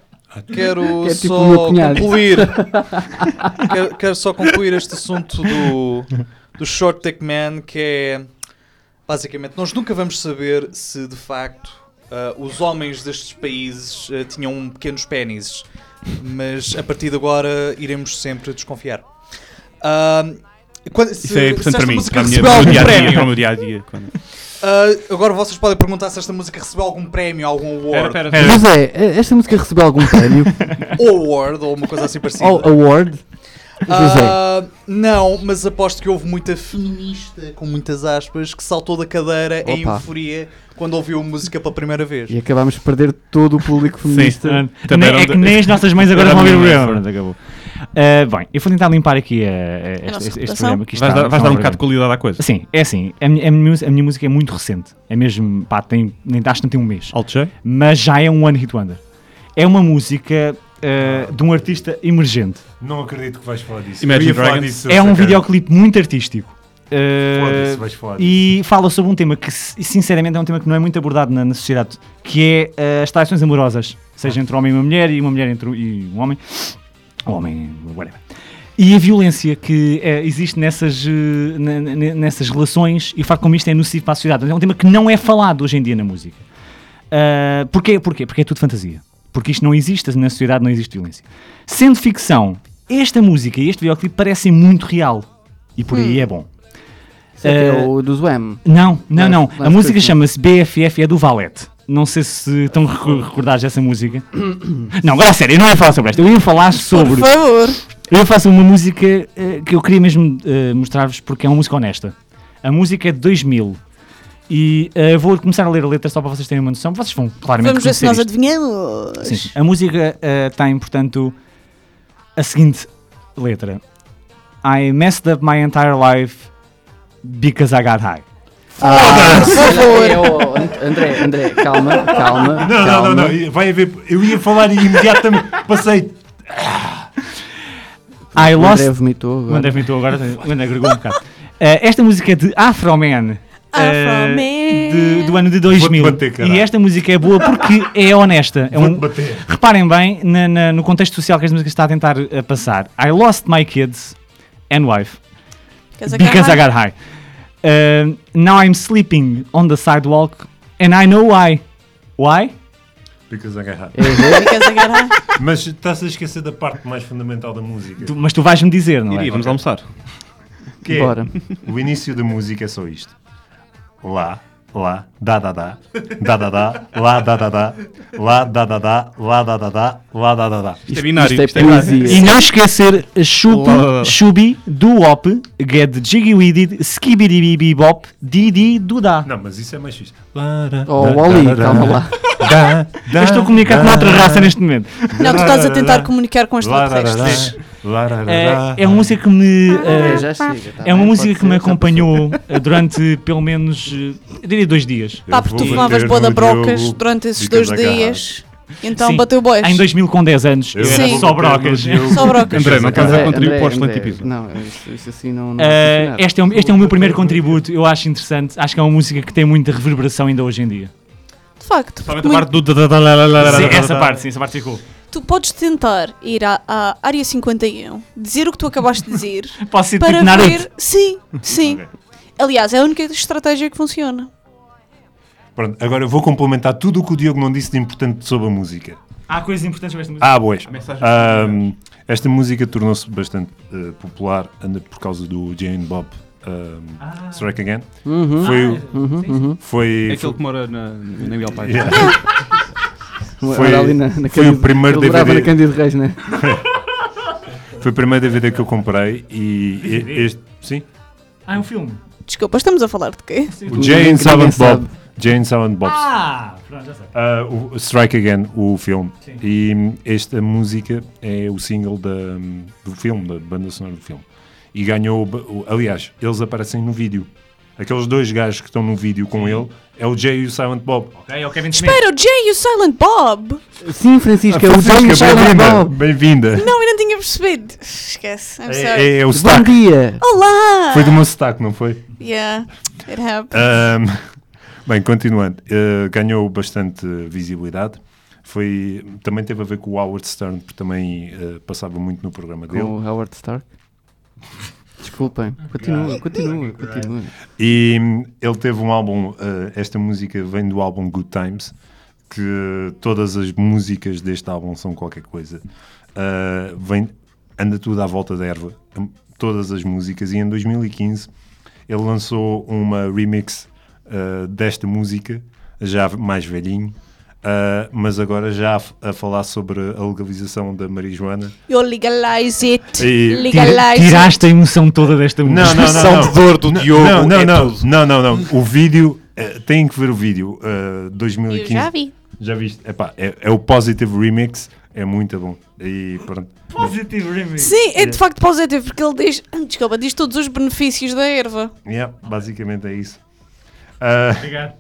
Quero Que é tipo o meu só cunhado. concluir. [LAUGHS] quero, quero só concluir este assunto do, do Short Tech Man, que é. Basicamente, nós nunca vamos saber se de facto ah, os homens destes países ah, tinham pequenos pénis. Mas a partir de agora iremos sempre desconfiar. Ah, quando- se- Isso é se importante esta para mim, música para, a minha, recebeu para o algum dia a dia, prémio, para o meu dia a dia. Quando... ah, agora vocês podem perguntar se esta música recebeu algum prémio, algum award. Mas é, eh, esta música recebeu algum prémio? ou award ou uma coisa assim parecida. ou award? Oh, José. Ah, não, mas aposto que houve muita feminista, com muitas aspas, que saltou da cadeira em Opa. euforia quando ouviu a música pela primeira vez. E acabámos de perder todo o público feminista. Ah, Também nem- era é um que da- nem as nossas mães agora era vão a ouvir o minha programa. mãe, Pronto, acabou. Ah, bem, eu vou tentar limpar aqui ah, este, nossa este, este reputação. programa. que isto Vais, está- dar, vais dar está um horrível. bocado de qualidade à coisa. Sim, é assim. A minha, a minha mus- a minha música é muito recente. É mesmo, pá, tem, nem acho que não tem um mês. Alt J? Mas já é um One Hit Wonder. É uma música ah, de um artista emergente. Não acredito que vais falar disso. Imagine Eu ia falar Dragons. disso, É um sacana. videoclipe muito artístico. Ah, Foda-se, vais falar disso. e fala sobre um tema que, si- sinceramente, é um tema que não é muito abordado na, na sociedade, que é eh, as traições amorosas, seja entre um homem e uma mulher, e uma mulher entre o- e um homem, ou homem, whatever. E a violência que eh, existe nessas, eh, ne- ne- nessas relações e o facto como isto é nocivo para a sociedade. É um tema que não é falado hoje em dia na música. Ah, porquê? porquê? Porque é tudo fantasia. Porque isto não existe, na sociedade não existe violência. Sendo ficção, esta música e este videoclipe parecem muito real. E por aí é bom. Isso é que é eh, o do Zwam. Não, não, Mas- não. mas A música coisa- chama-se BFF, é do Valete. Não sei se estão recu- recordados dessa música. Não, agora a sério, eu não ia falar sobre esta. Eu ia falar sobre. Por favor. Eu faço uma música eh, que eu queria mesmo eh, mostrar-vos porque é uma música honesta. A música é de 2000. E eh, vou começar a ler a letra só para vocês terem uma noção. Vocês vão claramente Vamos ver se conhecer nós isto. adivinhamos. Sim. A música eh, tem, portanto, a seguinte letra: I messed up my entire life because I got high. Ah, é o And- André, André, calma, calma. Não, calma. não, não, não. Vai haver. Eu ia falar [LAUGHS] imediatamente. Passei. I O André lost. vomitou O agora. André [LAUGHS] vomitou agora, o André agregou um bocado. Eh, esta música é de Afro Man. Afro eh, Man. de- do ano de 2000. Vou-te bater, caralho. e esta música é boa porque é honesta. É um- Vou-te bater. reparem bem na- na- no contexto social que esta música está a tentar eh, passar. I lost my kids and wife Because I got because I high. got high. Eh, now I'm sleeping on the sidewalk and I know why. Why? Because I got high. É. Errei. Because I got high. Mas estás a esquecer da parte mais fundamental da música. Tu- mas tu vais-me dizer, não é? Iria, vamos almoçar. Que é, Bora. o início da música é só isto. Lá lá, dá, dá, dá, dá, dá, dá, lá, dá, dá, dá, lá, dá, dá, dá, lá, dá, dá, dá, lá, dá, dá, dá. Isto é binário. isto é binário. poesia. E não esquecer a Chup, Oh. Chubi, Duop, Ged, Jiggy Weeded, Skibidi Bop, Didi, Dudá. Não, mas isso é mais fixe. Lá, dá, Oh, dá, Wally, dá, dá, calma dá, lá. dá, dá, Eu estou a comunicar com dá, outra dá, raça neste momento. Não, tu estás a tentar comunicar com as lá, dá, dá, dá, laterais. lá, dá, dá, dá. É, é uma música que me. eh, Ah. É, já chega, tá é uma bem, música pode que me ser, já acompanhou eh, durante pelo menos, eh, eu diria, dois dias. Pá, porque tu Eu vou fumavas bater boa da no brocas Diogo, durante esses ficas dois dias. Então Sim. bateu boas. Em 2000, com 10 anos, eu era Sim. só brocas. Só brocas. André, não estás a André, contribuir André, para o excelente André, episódio. Não, isso, isso assim não. não vai Eh, funcionar. este, é o, este é o meu primeiro contributo, eu acho interessante. Acho que é uma música que tem muita reverberação ainda hoje em dia. De facto, Somente porque a muito- parte do. da- da- da- da- da- da- Sim, da- da- essa da- parte, sim, essa parte ficou. tu podes tentar ir à, à área 51, dizer o que tu acabaste de dizer, Posso ir para tipo Naruto. ver. Sim, sim. Aliás, é a única estratégia que funciona. Pronto, agora eu vou complementar tudo o que o Diogo não disse de importante sobre a música. Há coisas importantes sobre esta música. Ah, boas. mensagens Ahm, esta música tornou-se bastante eh, popular anda por causa do Jane Bob ahm, Strike Again. Uhum. Foi, o- Uhum, uhum. foi, É aquele que mora na, na Miguel Paz. Yeah. Foi- Era ali na, na foi o Cândido- primeiro ele morava DVD. na Cândido Reis, né? foi o primeiro DVD que eu comprei e e- este, sim, Ah, é um filme. Desculpa, estamos a falar de quê? o Jane Silent sabe. Bob. Jane Silent Bob. Ah, pronto, já sei. Ah, o Strike Again, o filme. Sim. E hum, esta música é o single da, hum, do filme, da banda sonora do filme. E ganhou. o ba- o- Aliás, eles aparecem no vídeo. Aqueles dois gajos que estão no vídeo com ele é o Jay e o Silent Bob. Ok, é o Kevin Smith. Espera, o Jay e o Silent Bob! Sim, Ah, Francisco, é o Jane Francisca, Silent bem-vinda! Bob. Bem-vinda! Não, eu não tinha percebido. Esquece, I'm sorry. É, é o Bom sotaque. dia. Olá! Foi do meu sotaque, não foi? Yeah, it happened. Ahm, [LAUGHS] bem, continuando, eh, ganhou bastante visibilidade. Foi, também teve a ver com o Howard Stern, porque também eh, passava muito no programa dele. Com o Howard Stark. Desculpem. Continua, continua, continua. E hum, ele teve um álbum, eh, esta música vem do álbum Good Times, que todas as músicas deste álbum são qualquer coisa. Eh, vem, anda tudo à volta da erva, hum, todas as músicas. E em 2015 ele lançou uma remix eh, desta música, já mais velhinho, eh, mas agora já a f- a falar sobre a legalização da marijuana. You legalize it. E- Legalize it. Tiraste a emoção toda desta música. Não, não, não, expressão não. de dor do não, Diogo Não, não, é não, tudo. não, não, não. O vídeo, eh, têm que ver o vídeo. eh, Eu 2015. já vi. Já viste? Epá, é, é o Positive Remix, é muito bom. E pronto. [LAUGHS] Positive remix. Sim, é de facto positivo, porque ele diz. Desculpa, diz todos os benefícios da erva. Yeah, basicamente é isso. Ah, Obrigado.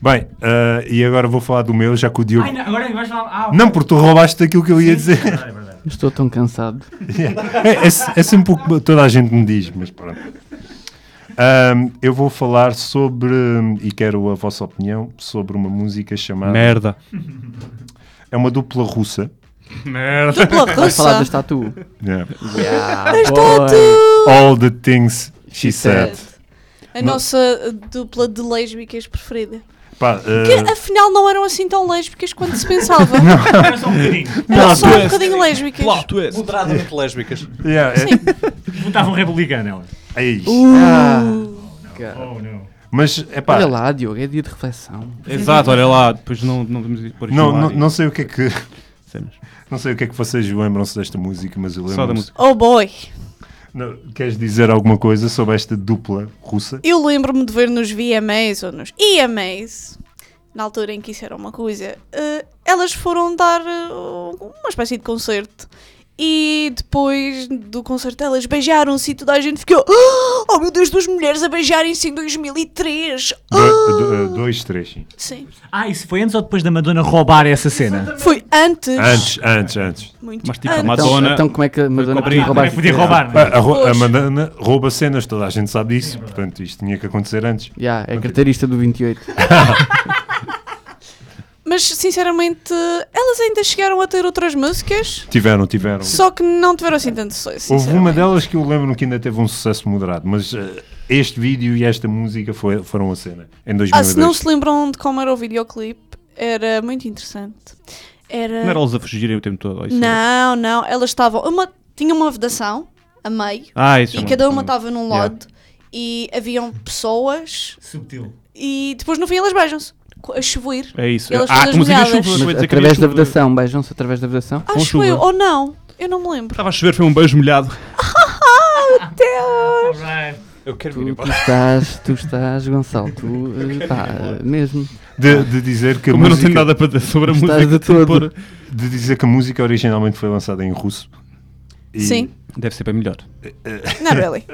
bem, ah, e agora vou falar do meu, já que o Diogo. Ai, não, agora vais falar. Ah, ok. Não, porque tu roubaste aquilo que eu ia dizer. [LAUGHS] Verdade, verdade. Estou tão cansado. É, é- é sempre o que toda a gente me diz, mas pronto. Ahm, eu vou falar sobre, e quero a vossa opinião, sobre uma música chamada. Merda. É uma dupla russa. Merda. Dupla Vais falar da russa. tatu. Yeah. Tatu! All the things she said. A nossa dupla de lésbicas preferida. Pá, Que ah, afinal não eram assim tão lésbicas quanto se pensava. Era só um bocadinho. Eram só um twist. bocadinho lésbicas. Moderadamente lésbicas. yeah, é- Botavam um Republican nela. Ei, Ah, Oh, não. Mas, é pá, olha lá, Diogo, é dia de reflexão. Exato, olha lá. Depois não, não vamos ir por isto não, no ar não, e- não sei o que é que Sabemos. não sei o que é que vocês lembram-se desta música, mas eu lembro. Só da música. Oh boy. queres dizer alguma coisa sobre esta dupla russa? Eu lembro-me de ver nos VMAs ou nos EMAs, na altura em que isso era uma coisa, eh, elas foram dar eh, uma espécie de concerto. E depois do concerto elas beijaram-se e toda a gente ficou "Ah! Oh meu Deus, duas mulheres a beijarem-se em 2003! Do- do- dois, três, sim. Ah!" Sim. Ah, isso foi antes ou depois da Madonna roubar essa cena? Foi antes. Antes, antes, antes. Muito Mas tipo, a antes. Madonna- Então, então como é que a Madonna cobrir. podia roubar? né? Também podia roubar, não Pá, é? A, ro- a Pois. Madonna rouba cenas, toda a gente sabe disso, portanto isto tinha que acontecer antes. Yeah, é carteirista do 28. Mas sinceramente, elas ainda chegaram a ter outras músicas, Tiveram, tiveram. só que não tiveram assim tanto sucesso. Houve uma sinceramente. delas que eu lembro que ainda teve um sucesso moderado, mas eh, este vídeo e esta música foi- foram a cena em Ah, se não 2002. se lembram de como era o videoclipe, era muito interessante. Era... Não era eles a fugirem o tempo todo. ou isso era- Não, não, elas estavam. Uma, tinha uma vedação a meio Ah, isso e já não- cada uma não- estava num Yeah. lado e haviam pessoas Subtil. e depois no fim elas beijam-se co- a chover. É isso. Elas ah, todas como se havia molhadas. chuva. não Mas ia Mas dizer que através havia da chuva. vedação, beijam-se através da vedação. Acho chuva. eu, ou Oh, não? Eu não me lembro. Estava a chover, foi um beijo molhado. Deus! Alright. Eu quero vir Tu, tu embora. estás, tu estás, Gonçalo, tu eh, é pá, mesmo. De, de dizer que a Como eu não música, tenho nada para dizer sobre a Estás música, de tenho que todo. pôr- de dizer que a música originalmente foi lançada em russo. E, Sim, Deve ser bem melhor. [LAUGHS] not really.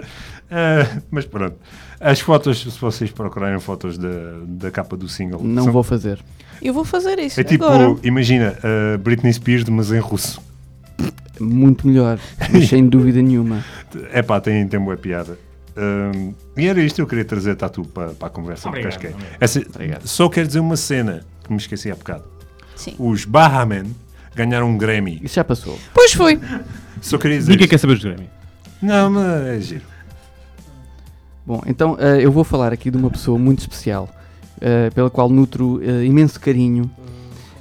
eh, mas pronto. As fotos, se vocês procurarem fotos da, da capa do single, Não são- vou fazer. Eu vou fazer isso É tipo, agora. imagina, eh, Britney Spears, mas em russo. Muito melhor, [LAUGHS] mas sem dúvida nenhuma. É pá, tem, tem boa piada. Ahm, e era isto que eu queria trazer, Tatu, para, para a conversa. porque Obrigado, acho que é- obrigado. Essa- Só quero dizer uma cena que me esqueci há bocado. Sim. Os Bahaman ganharam um [LAUGHS] Grammy. Isso já passou. Pois foi. Só queria dizer. Ninguém isto. quer saber dos Grammy. Não, mas é giro. Bom, então eh, eu vou falar aqui de uma pessoa muito especial, eh, pela qual nutro eh, imenso carinho.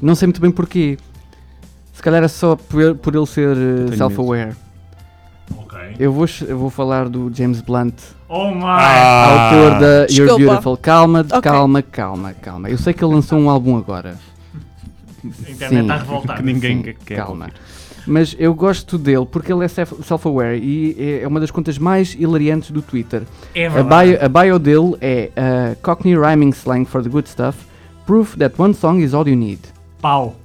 Não sei muito bem porquê. Se calhar é só por, por ele ser eh, medo. self-aware. Ok. Eu vou, ch- eu vou falar do James Blunt, Oh my! Ah, autor da You're Desculpa. Beautiful. Calma, Ok. calma, calma, calma. Eu sei que ele lançou um álbum agora. a internet tá está Sim. revoltada. Que ninguém Tá, Sim, quer calma. ouvir. Mas eu gosto dele porque ele é self- self-aware e é- é uma das contas mais hilariantes do Twitter. É A verdade. bio, a bio dele é uh, Cockney rhyming slang for the good stuff, proof that one song is all you need. Pau.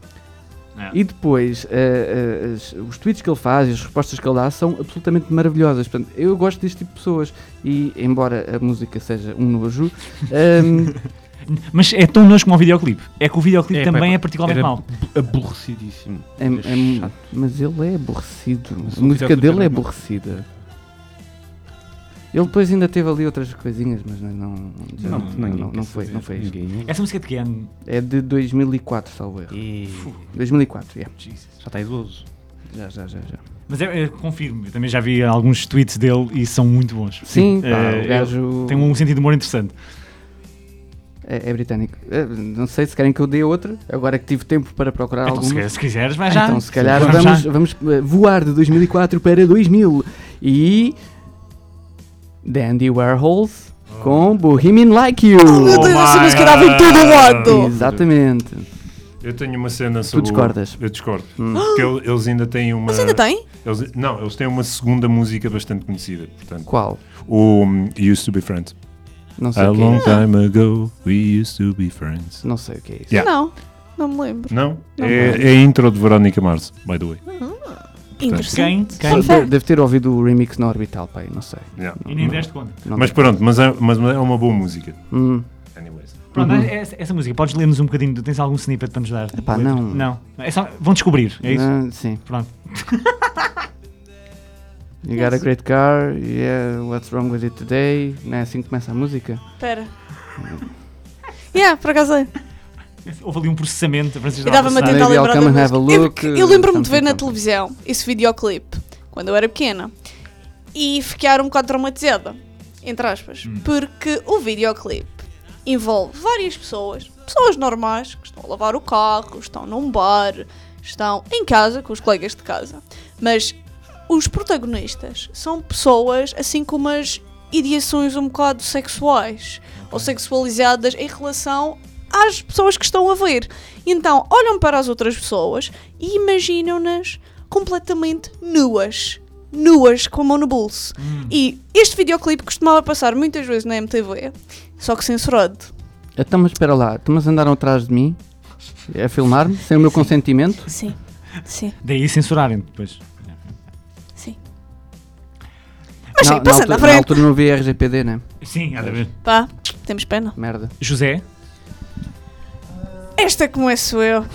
E depois, uh, uh, as- os tweets que ele faz e as respostas que ele dá são absolutamente maravilhosas. Portanto, eu gosto deste tipo de pessoas e, embora a música seja um nojo, um, [LAUGHS] Mas é tão nojo como o videoclipe. É que o videoclipe É, pá, também pá, é particularmente era mau. Aborrecidíssimo. é- é- chato. mas ele é aborrecido. Mas A o música videoclipe dele é era bom. aborrecida. Ele depois ainda teve ali outras coisinhas, mas não, não, já não, não, ninguém não quer foi, saber. não foi. isto. Ninguém. Essa música de que ano? É de 2004, salvo erro. E... 2004, yeah. Já está idoso. já, já, já, já. Mas é, é, confirmo, eu também já vi alguns tweets dele e são muito bons. Sim, pá, eh, o ele gajo Tem um sentido de humor interessante. é, é britânico. É, não sei se querem que eu dê outra, agora que tive tempo para procurar Então, alguns. se, se quiseres, vai já. Então, se calhar Vamos vamos, já. vamos, eh, voar de 2004 para 2000 e. Dandy Warhols Oh. com Bohemian Like You. Oh meu Deus, essa música dava em todo lado! Exatamente. Eu tenho uma cena sobre. o- discordas? Hum. Eu discordo. Porque ele- eles ainda têm uma. Mas ainda tem? eles- não, eles têm uma segunda música bastante conhecida. Portanto, Qual? o um, Used to Be Friends. Não sei A o que long é. time ago, we used to be friends. Não sei o que é isso. Yeah. Não, não me lembro. Não? É, é a intro de Verónica Mars, by the way. Interessante. Quem? Fun Quem? fact. De- Deve ter ouvido o remix na Orbital, pai, não sei. Yeah. E nem deste conta. Não Mas pronto, mas é, mas é uma boa música. Hum. Anyways. Pronto, é, essa, essa música, podes ler-nos um bocadinho? Tens algum snippet para nos dar? Epá, não. Não. É só- vão descobrir, é isso? Ah, sim. Pronto. You got a great car, yeah, what's wrong with it today? Não é assim que começa a música? Espera. Yeah, por acaso é. Houve ali um processamento. a Francisco E dava-me a estava a tentar Maybe I'll lembrar da come and have a música. Eu- look, Eu, lembro-me de something, ver na something. televisão esse videoclipe, quando eu era pequena, e ficar um bocado traumatizada, entre aspas, porque o videoclipe envolve várias pessoas, pessoas normais, que estão a lavar o carro, estão num bar, estão em casa, com os colegas de casa, mas os protagonistas são pessoas assim com umas ideações um bocado sexuais ou sexualizadas em relação às pessoas que estão a ver. Então olham para as outras pessoas e imaginam-nas completamente nuas. Nuas com a mão no bolso. E este videoclipe costumava passar muitas vezes na MTV, só que censurado. Então, mas espera lá, então, mas andaram atrás de mim a filmar-me sem o meu consentimento? Sim, sim, pensar. Daí censurarem depois. sim. Mas na, sim, é, passando na, à altura, na frente. altura não havia RGPD, né? Sim, há de ver. Pá, temos pena. Merda. José, Esta é começo eu.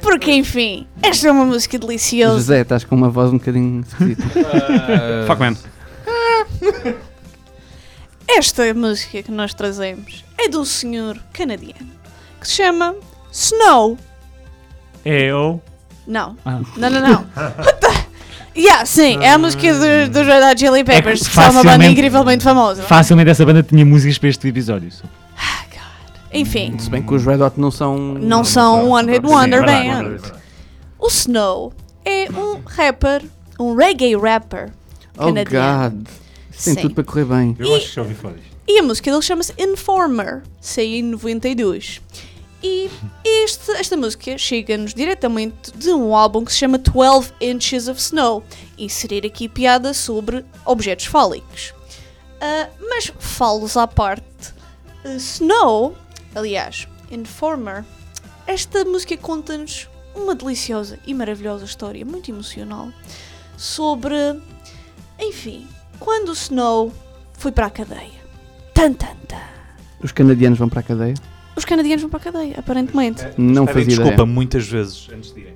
Porque enfim, esta é uma música deliciosa. José, estás com uma voz um bocadinho esquisita. Fuck man. Esta é música que nós trazemos é de um senhor canadiano que se chama Snow. é eu. Não, Ah. não, não, não. What the- Yeah, sim, é a música do- dos Red Hot Chili Peppers, É que que é uma banda facilmente- incrivelmente famosa. Facilmente essa banda tinha músicas para este episódio. só. Enfim, Se bem que os Red Hot não são. não são um One Hit Wonder é verdade, Band. O Snow é um rapper, um reggae rapper Oh canadiano. god. Tem Sim. tudo para correr bem. Eu acho que já ouvi falar disto. E a música dele chama-se Informer, saiu em 92. E este- esta música chega-nos diretamente de um álbum que se chama 12 Inches of Snow, inserir aqui piada sobre objetos fálicos. Ah, mas falos à parte, ah, Snow, aliás, Informer, esta música conta-nos uma deliciosa e maravilhosa história, muito emocional, sobre, enfim, quando o Snow foi para a cadeia. Tan, tan, tan. Os canadianos vão para a cadeia? Os canadianos vão para a cadeia, aparentemente. Não Pedem fazia ideia. desculpa muitas vezes antes de irem.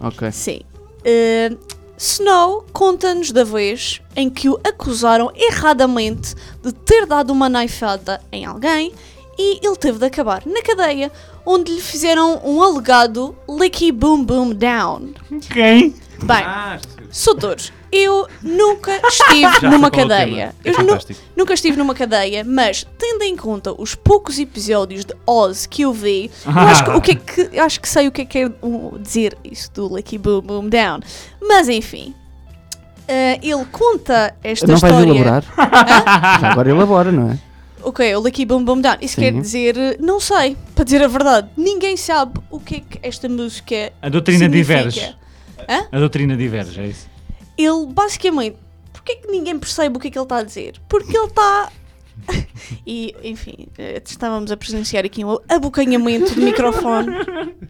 Ok. Sim. Eh, Snow conta-nos da vez em que o acusaram erradamente de ter dado uma naifada em alguém e ele teve de acabar na cadeia, onde lhe fizeram um alegado licky boom boom down. Quem? Bem, Ah, Soutores, eu [LAUGHS] nunca estive sei numa qual é o cadeia. tema. Eu nu- nunca estive numa cadeia, mas tendo em conta os poucos episódios de Oz que eu vi, eu acho que, o que, é que- eu acho que sei o que é que quer uh, dizer isso do Lucky Boom Boom Down. Mas enfim, eh, ele conta esta não vais história. [LAUGHS] elaborar? Já agora elabora, não é? Ok, o Lucky Boom Boom Down. Isso Sim. quer dizer, eh, não sei, para dizer a verdade, ninguém sabe o que é que esta música A doutrina significa. diverge. A doutrina diverge, é isso. ele basicamente. Porquê que ninguém percebe o que é que ele está a dizer? Porque ele está. [LAUGHS] e, enfim, eh, estávamos a presenciar aqui um abocanhamento de microfone.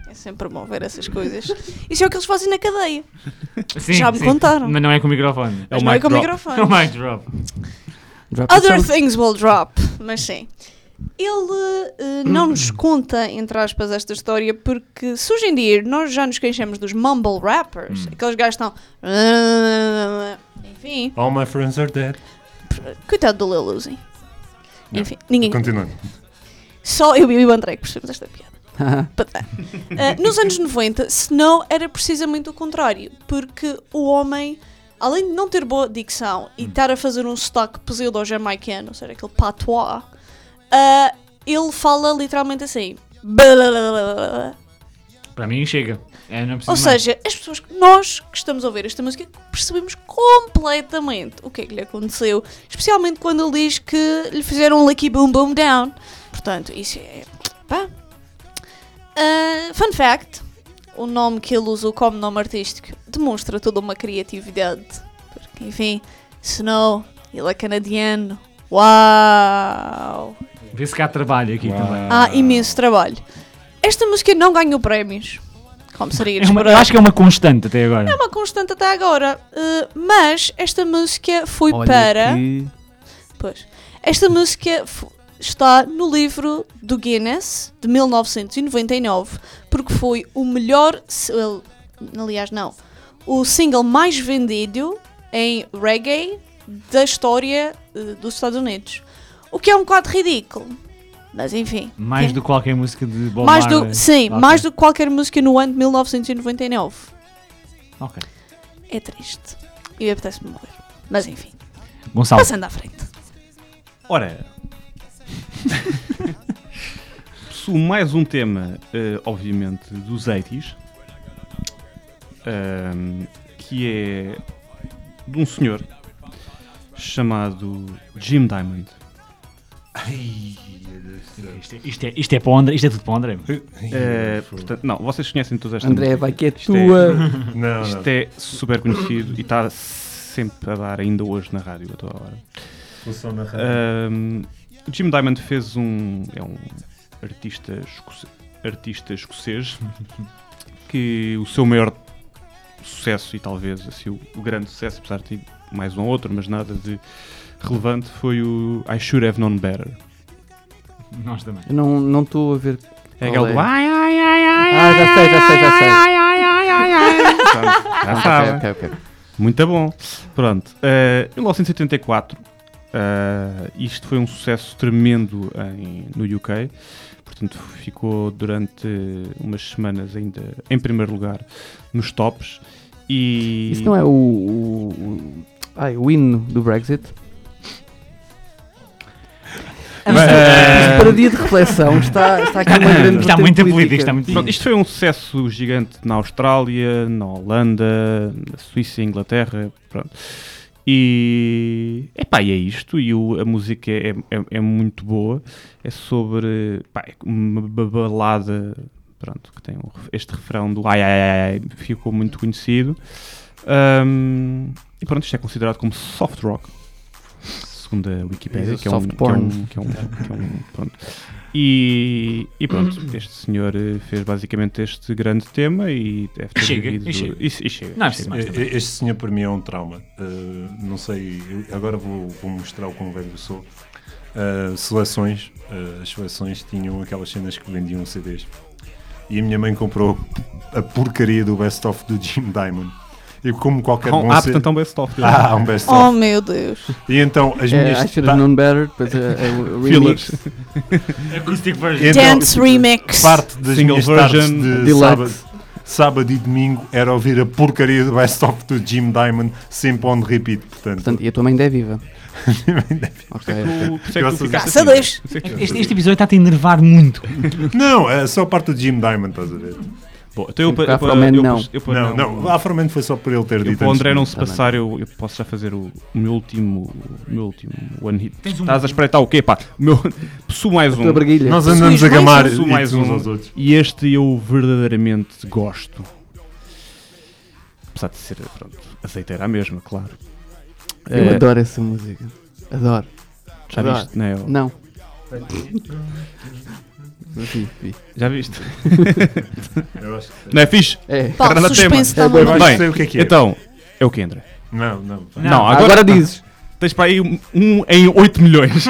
É sempre bom ver essas coisas. Isso é o que eles fazem na cadeia. Sim, Já me sim. contaram. Mas não é com o microfone. Mas não é com o microfone. É o mic drop. Drop Other the sound. things will drop, mas sim. Ele eh, não nos conta, entre aspas, esta história porque se hoje em dia nós já nos queixamos dos mumble rappers, aqueles gajos que estão. "Ah", Enfim, All my friends are dead. coitado do Lil Uzi. Yeah. Enfim, ninguém Continuando. Só eu e o André que percebemos esta piada. But, eh, nos anos 90, Snow era precisamente o contrário, porque o homem, além de não ter boa dicção e estar a fazer um sotaque pseudo jamaicano, ou seja, aquele patois, eh, ele fala literalmente assim. "Blalalala". Para mim chega. É, não preciso Ou mais. seja, as pessoas que nós que estamos a ouvir esta música percebemos completamente o que é que lhe aconteceu, especialmente quando ele diz que lhe fizeram um lucky boom boom down. Portanto, isso é. pá. Ah, fun fact: o nome que ele usou como nome artístico demonstra toda uma criatividade. Porque, enfim, Snow, ele é canadiano. Uau! Vê-se que há trabalho aqui também. Há imenso trabalho. Esta música não ganhou prémios. Como seria É uma- [LAUGHS] eu esperado. acho que é uma constante até agora. É uma constante até agora. eh, mas esta música foi Olha para. que- Pois. Esta música fo- está no livro do Guinness de 1999, porque foi o melhor. si- el- Aliás, não. O single mais vendido em reggae da história eh, dos Estados Unidos. O que é um bocado ridículo. Mas enfim. Mais Quem- do que qualquer música de Bob mais do, Marley. sim, Ok. mais do que qualquer música no ano de 1999. Ok. É triste. E apetece-me morrer. Mas enfim, Gonçalo, passando à frente. Ora. Possuo mais um tema, eh, obviamente, dos 80s, ahm, que é de um senhor chamado Jim Diamond. isto é, isto, é, isto é para o André, isto é tudo para o André. Eh, portanto, não, vocês conhecem toda esta André, música. vai que é Isto é- tua. Não, não. Isto é super conhecido e está sempre a dar ainda hoje na rádio a toda hora. Função na rádio. Um, o Jim Diamond fez um. É um artista, escoce- artista escocês que o seu maior sucesso, e talvez assim, o, o grande sucesso, apesar de ter mais um ou outro, mas nada de relevante, foi o I Should Have Known Better. Nós também. Eu não não estou a ver. É Qual aquele é? do ai ai ai ai Ah, já sei, já sei, já sei. ai ai ai ai ai. [LAUGHS] Pronto, já sabe. Ah, Ok, ok, ok. Muito bom. Pronto. eh, 1984. eh, isto foi um sucesso tremendo em- no UK. Portanto, ficou durante umas semanas ainda em primeiro lugar nos tops. E Isso não é o. o, o... Ai, o hino do Brexit. Ah. Eh, Isto é para dia de reflexão está, está aqui uma grande. Está vertente muito político, está muito Pronto, isto foi um sucesso gigante na Austrália, na Holanda, na Suíça e Inglaterra. Pronto. E, epá, e é isto, e o- a música é, é- é muito boa, é sobre pá, é uma ba- balada, pronto, que tem um ref- este refrão do ai ai ai, ai, ficou muito conhecido. Ahm, e pronto, isto é considerado como soft rock, segundo a Wikipedia, Is a que é, um, soft que é um- porn. que é um- que é um- pronto. E, e pronto, este senhor eh, fez basicamente este grande tema e deve ter Chega, vivido- e chega. e- e chega. Não é preciso mais. E- e- Este senhor para mim é um trauma. Uh, não sei, eu- agora vou, vou mostrar o quão velho eu sou. Uh, seleções, uh, as seleções tinham aquelas cenas que vendiam CDs. E a minha mãe comprou a porcaria do best of do Jim Diamond. E como qualquer Com- bom ah, C- portanto é um best-of. Ah, um best Oh of. meu Deus. E então as É, minhas I should ta- have known better, depois é, é [LAUGHS] o remix. É Acoustic version. Então, Dance Remix. parte das Single minhas tardes version, de deluxe. sábado, sábado e domingo era ouvir a porcaria do best of do Jim Diamond sempre on repeat. Portanto, Portanto, e a tua mãe ainda é viva. [LAUGHS] Ok. Tu- por isso é Graças a que tu ficaste Graças a assim. Deus. Por isso é que- Este, este episódio está-te a enervar muito. Não, é só a parte do Jim Diamond, estás a ver? tipo- Bom, então eu Sim, pa- porque eu pa- Afroman eu não. pus- eu pa- não, não, Eu Afroman foi só por ele ter dito. para o antes André de não mim. se também. passar, eu, eu posso já fazer o, o meu último o meu último one hit. Tens um- Estás a espreitar o quê, pá? O meu, possuo mais Tua um. breguilha. Nós Sou andamos a mais um, gamar sou uns mais um. aos outros. E este eu verdadeiramente gosto. Apesar de ser, pronto, aceiteira a mesma, claro. Eu É. Eh, adoro essa música. Adoro. já adoro. viste, não é? Não. Vi, vi. Já [LAUGHS] viste? Eu acho que Não é fixe? É. Pá, Caramba, suspense tema. da É bué Eu mão. acho que Bem, sei o que é que é. Então, é o que, André? Não, não. Não, Agora dizes. Tens para aí um, um em 8 milhões.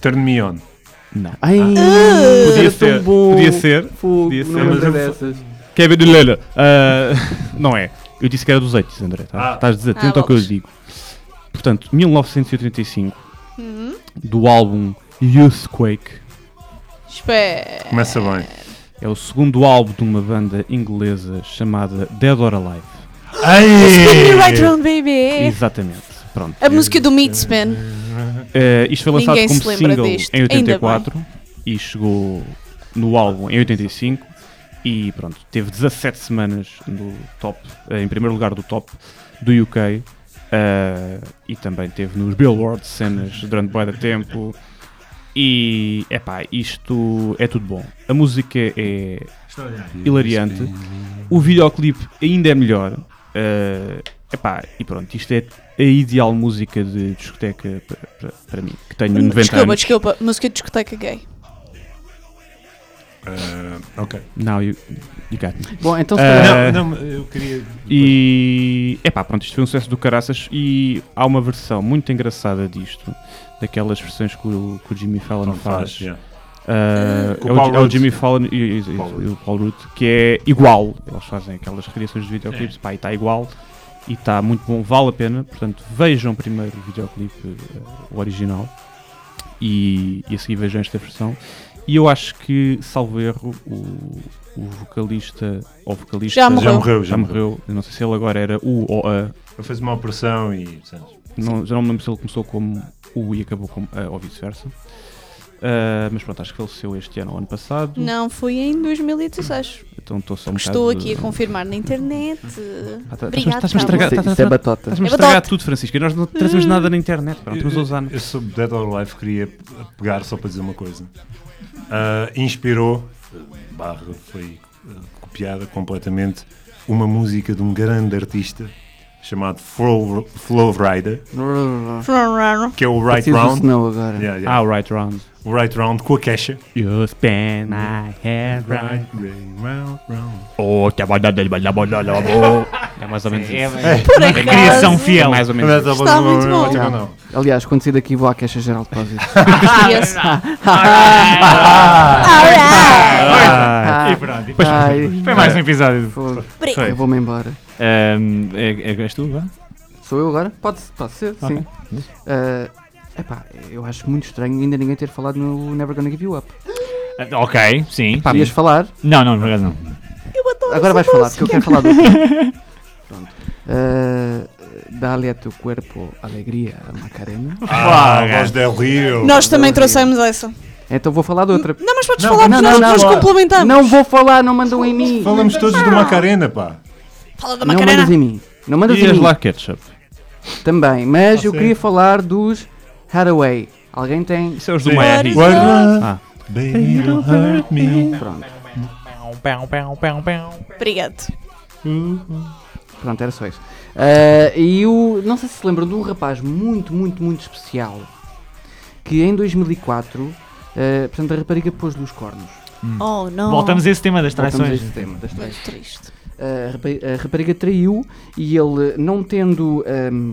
Turn me on. Não. Ai, Podia Uh, era ser, tão bom. podia ser. Fogo, podia não ser, lembro Ah. mas eu- dessas. Kevin de Lula. Ah, [LAUGHS] não é. Eu disse que era dos 8, André. Tá? Ah. Estás desatento Ah, ao que eu lopes. digo. Portanto, 1985, Uhum. do álbum Youthquake. Espera. Começa bem. É o segundo álbum de uma banda inglesa chamada Dead or Alive. Spin me right Ai! round, É. baby. Exatamente. Pronto. A música do Meat Spin. Eh, isto foi lançado Ninguém como se lembra single deste, em ainda bem. 84 e chegou no álbum em 85 e pronto, teve 17 semanas no top, eh, em primeiro lugar do top do UK eh, e também teve nos Billboard cenas durante bué de tempo e epá, isto é tudo bom. A música é hilariante, o videoclipe ainda é melhor. eh, epá, e pronto, isto é a ideal música de discoteca pa- pa- para, mim, que tenho 90 Desculpa, anos. desculpa. Música de discoteca gay. Ah, Ok. Não, you, you got me. Bom, então se calhar- Ah, É. Eh. Não, não, eu [LAUGHS] queria. E é pá, pronto, isto foi um sucesso do caraças. E há uma versão muito engraçada disto, daquelas versões que o, que o Jimmy Fallon Não faz. faz. yeah. Ah, Com é, o o, Paul é o Rudd. Jimmy Fallon e, e- e- Paul Rudd. e o Paul Rudd, que é igual. Eles fazem aquelas recriações de videoclipes, pá, e está igual. E está muito bom, vale a pena. Portanto, vejam primeiro o videoclipe, eh, o original, e, e a seguir vejam esta versão. E eu acho que, salvo erro, o, o vocalista ou vocalista Já Já morreu. morreu, já morreu. Eu não sei se ele agora era o ou a. Eu fiz uma operação e. sabes, Não, já não me lembro se ele começou como o e acabou como a ou vice-versa. Ah, mas pronto, acho que faleceu este ano ou ano passado. Não, foi em 2016. Então estou só Hum. um Estou bocado- aqui a confirmar na internet. Ah, tá- Obrigada. Estás-me a estragar, Isso, estás-me a tá. isso é estragar- batota. estás-me a É Hum. estragar batota. tudo, Francisco. e Nós não trazemos nada na internet. Pronto, estamos a usar. Eu sobre Dead or Alive queria pegar só para dizer uma coisa. Ah, inspirou, barra foi ah, copiada completamente, uma música de um grande artista chamado Flow, Flow Rider, que é o Right Preciso do Round. Snow agora. Yeah, yeah. Ah, o right round. O Right Round com a Kesha. You spin my head right. Right, round, round. Oh, que a bola- bola- bola- bola- É mais ou menos isso. É, Por Criação acaso. fiel. mais ou menos isso. Está muito bom. Não, não. Aliás, quando sair daqui vou à Caixa Geral de Depósitos. Yes. Ah! Ah, E pronto. e Ai, Foi mais um episódio. fogo. Obrigado. eu vou-me embora. Ahm, é, é, és tu, vá? Sou eu agora? Pode, pode ser, Ok. sim. Ah, epá, eu acho muito estranho ainda ninguém ter falado no Never Gonna Give You Up. Ah, Ok, sim. Podias falar? Não, não, por acaso não. Agora vais falar, porque eu quero falar do Pronto. Ah, Dá-lhe a teu corpo alegria, Macarena. Ah, voz del Rio. Nós também trouxemos essa. Então vou falar de outra. Não, mas podes Não, falar não, porque não, nós não, nos não. complementamos. Não vou falar, não mandam em mim. Falamos todos de Macarena, pá. Fala da Não mandas Macarena. em mim. Não mandas em Dias mim. lá ketchup. Também, mas eu queria falar dos Hathaway. Alguém tem? Isso é os do Sim. Maia What is Rico. that? Ah. Baby, you hurt [LAUGHS] me. Pronto, Obrigado. pronto, era só isso. Ah, e o, não sei se se lembram de um rapaz muito, muito, muito especial que em 2004, ah, portanto, a rapariga pôs-lhe os cornos. Oh, não. Hum. Voltamos a esse tema das Voltamos a traições. este tema das traições. Eh, Muito triste. a, rapa- a rapariga traiu e ele, não tendo ahm,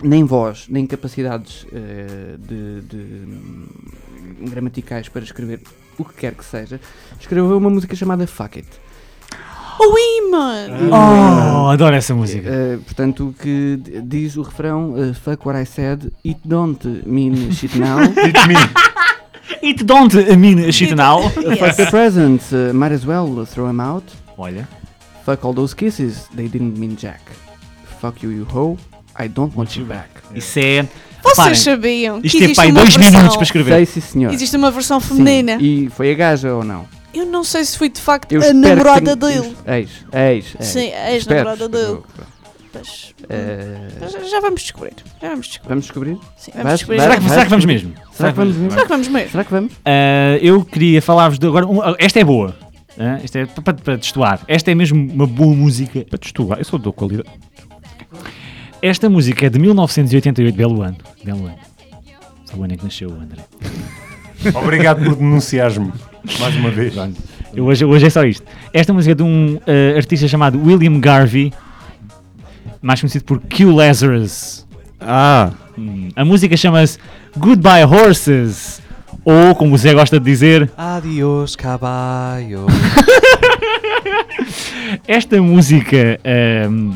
nem voz, nem capacidades eh, de, de, hum, gramaticais para escrever o que quer que seja, escreveu uma música chamada Fuck It. Oh, ui, mano. Oh, adoro essa música. Eh, portanto, que d- diz o refrão eh, Fuck What I Said, It Don't Mean Shit Now, Hit me. It don't mean shit Oh, now. Fuck the Presents, eh, Might As Well Throw 'Em Out, Olha. Fuck All Those Kisses, They Didn't Mean Jack, Fuck You You Ho, I Don't Want You Back. Isso é. Vocês Reparem, sabiam que Isto teve existe pai uma dois versão... minutos para escrever. Sei, sim, senhor. Existe um uma versão Sim, feminina. E foi a gaja ou não? Eu não sei se foi de facto Eu a espero que namorada tenha- dele. eu- Ex, ex, ex. Sim, a Espero, ex-namorada espero. dele. Mas, Eh, já, já vamos descobrir. Já vamos descobrir. vamos descobrir? Sim, vamos Vais- descobrir. vais- Será que, será que vamos mesmo? Será que vamos ver? Será que vamos mesmo? Será que vamos? Ah, eu queria falar-vos de agora. um- esta é boa. Ah, esta é para, para testuar. Esta é mesmo uma boa música. Para destoar, eu sou da qualidade. Esta música é de 1988, belo ano. Belo ano. Foi o ano em que nasceu o André. Obrigado por denunciar-me. Mais uma vez. Eu hoje, hoje é só isto. Esta música é de um ah, artista chamado William Garvey, mais conhecido por Q Lazarus. Ah, Hum, A música chama-se Goodbye Horses. Ou, como o Zé gosta de dizer, Adiós, caballo. Esta música, ehm,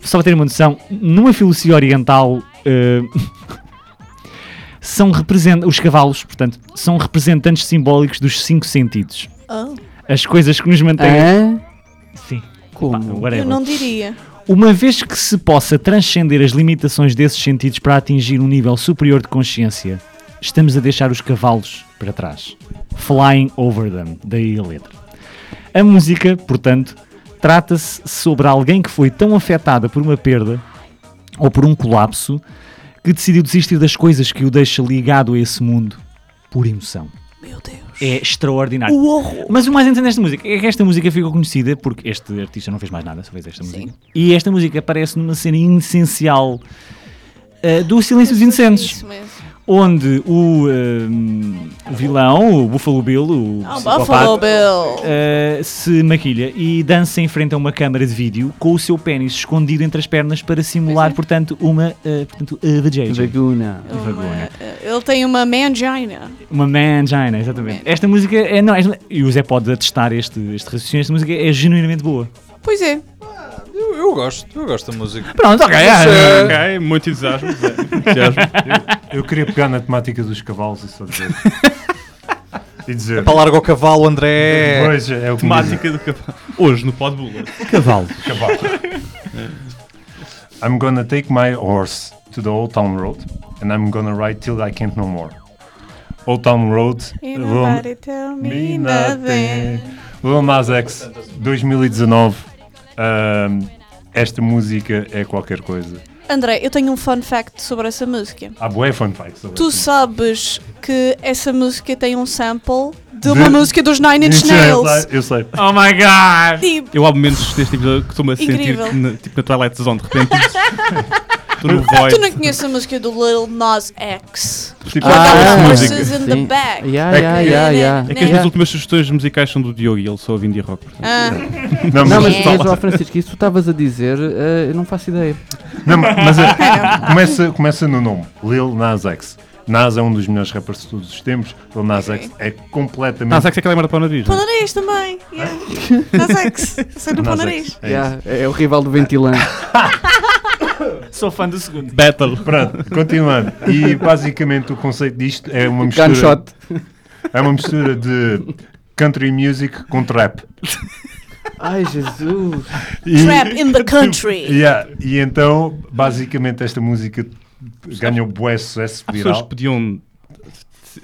só para terem uma noção, numa filosofia oriental ehm, [LAUGHS] são represent os cavalos, portanto, são representantes simbólicos dos cinco sentidos. Oh, As coisas que nos mantêm. Hã? Sim. Pá, Como? whatever. eu não diria. Uma vez que se possa transcender as limitações desses sentidos para atingir um nível superior de consciência, estamos a deixar os cavalos para trás. Flying over them, daí a letra. A música, portanto, trata-se sobre alguém que foi tão afetada por uma perda ou por um colapso que decidiu desistir das coisas que o deixa ligado a esse mundo por emoção. Meu Deus. É extraordinário. O horror. Mas o mais interessante desta música é que esta música ficou conhecida porque este artista não fez mais nada, só fez esta Sim. música. E esta música aparece numa cena essencial ah, do Silêncio dos Inocentes, Isso mesmo. onde o ahm, vilão, o Buffalo Bill, o Ah, psicopata, Buffalo Bill. ah, se maquilha e dança em frente a uma câmara de vídeo com o seu pênis escondido entre as pernas para simular, Pois é. portanto, uma ah, portanto, a vagina. Vaguna. Uma- vergonha. ele tem uma mangina. Uma mangina, exatamente. Mangina. Esta música é. Não, esta- e o Zé pode atestar este, este raciocínio, esta música é genuinamente boa. Pois é. Eu, eu gosto, eu gosto da música. Pronto, ok. é. Mas, eh, ok, muito entusiasmo. [LAUGHS] Zé, entusiasmo. Eu queria pegar na temática dos cavalos e só [LAUGHS] dizer. e dizer. para larga o cavalo, André. Pois é, é o que me dizem. Temática do cavalo. Hoje no Pod Bula. Cavalo. cavalo. I'm gonna take my horse to the Old Town Road and I'm gonna ride till I can't no more. Old Town Road, E Will- nobody tell me Me nothing. nothing. Lil Nas X 2019. Ahm, esta música é qualquer coisa. André, eu tenho um fun fact sobre essa música. Há bué fun facts sobre Tu esta sabes que essa música tem um sample de De- uma música dos Nine música. Inch Nails. Eu sei. Oh my god! Tipo, Eu há momentos deste episódio que estou-me a sentir Incrível. que na, tipo na Twilight Zone, de [LAUGHS] repente. Estou no void. tu não conheces a música do Lil Nas X? Tipo, Ah, essa música. Horses in Sim. the back. Ya, É ya, que- ya, ya. É né? que as minhas últimas sugestões musicais são do Diogo e ele só ouve indie rock. portanto. Ah, Não, Não, mas, mas, só- mas ó, Francisco, isso tu estavas a dizer, eh, eu não faço ideia. não, mas- mas [LAUGHS] é- começa, começa no nome: Lil Nas X. Nas é um dos melhores rappers de todos os tempos. Lil Nas X é completamente. Ah, sabe que é aquela merda para o nariz? Para o não é? nariz também. Yeah. Nas X. Sei do para o Nas nariz. X, é isso. Ya, é o rival do Ventilante. Sou fã do segundo. Battle. Pronto, continuando. E basicamente o conceito disto é uma mistura. Gunshot. É uma mistura de country music com trap. Ai, Jesus. E- Trap in the country. Yeah, E então, basicamente, esta música ganhou bué sucesso Há pessoas viral. que podiam.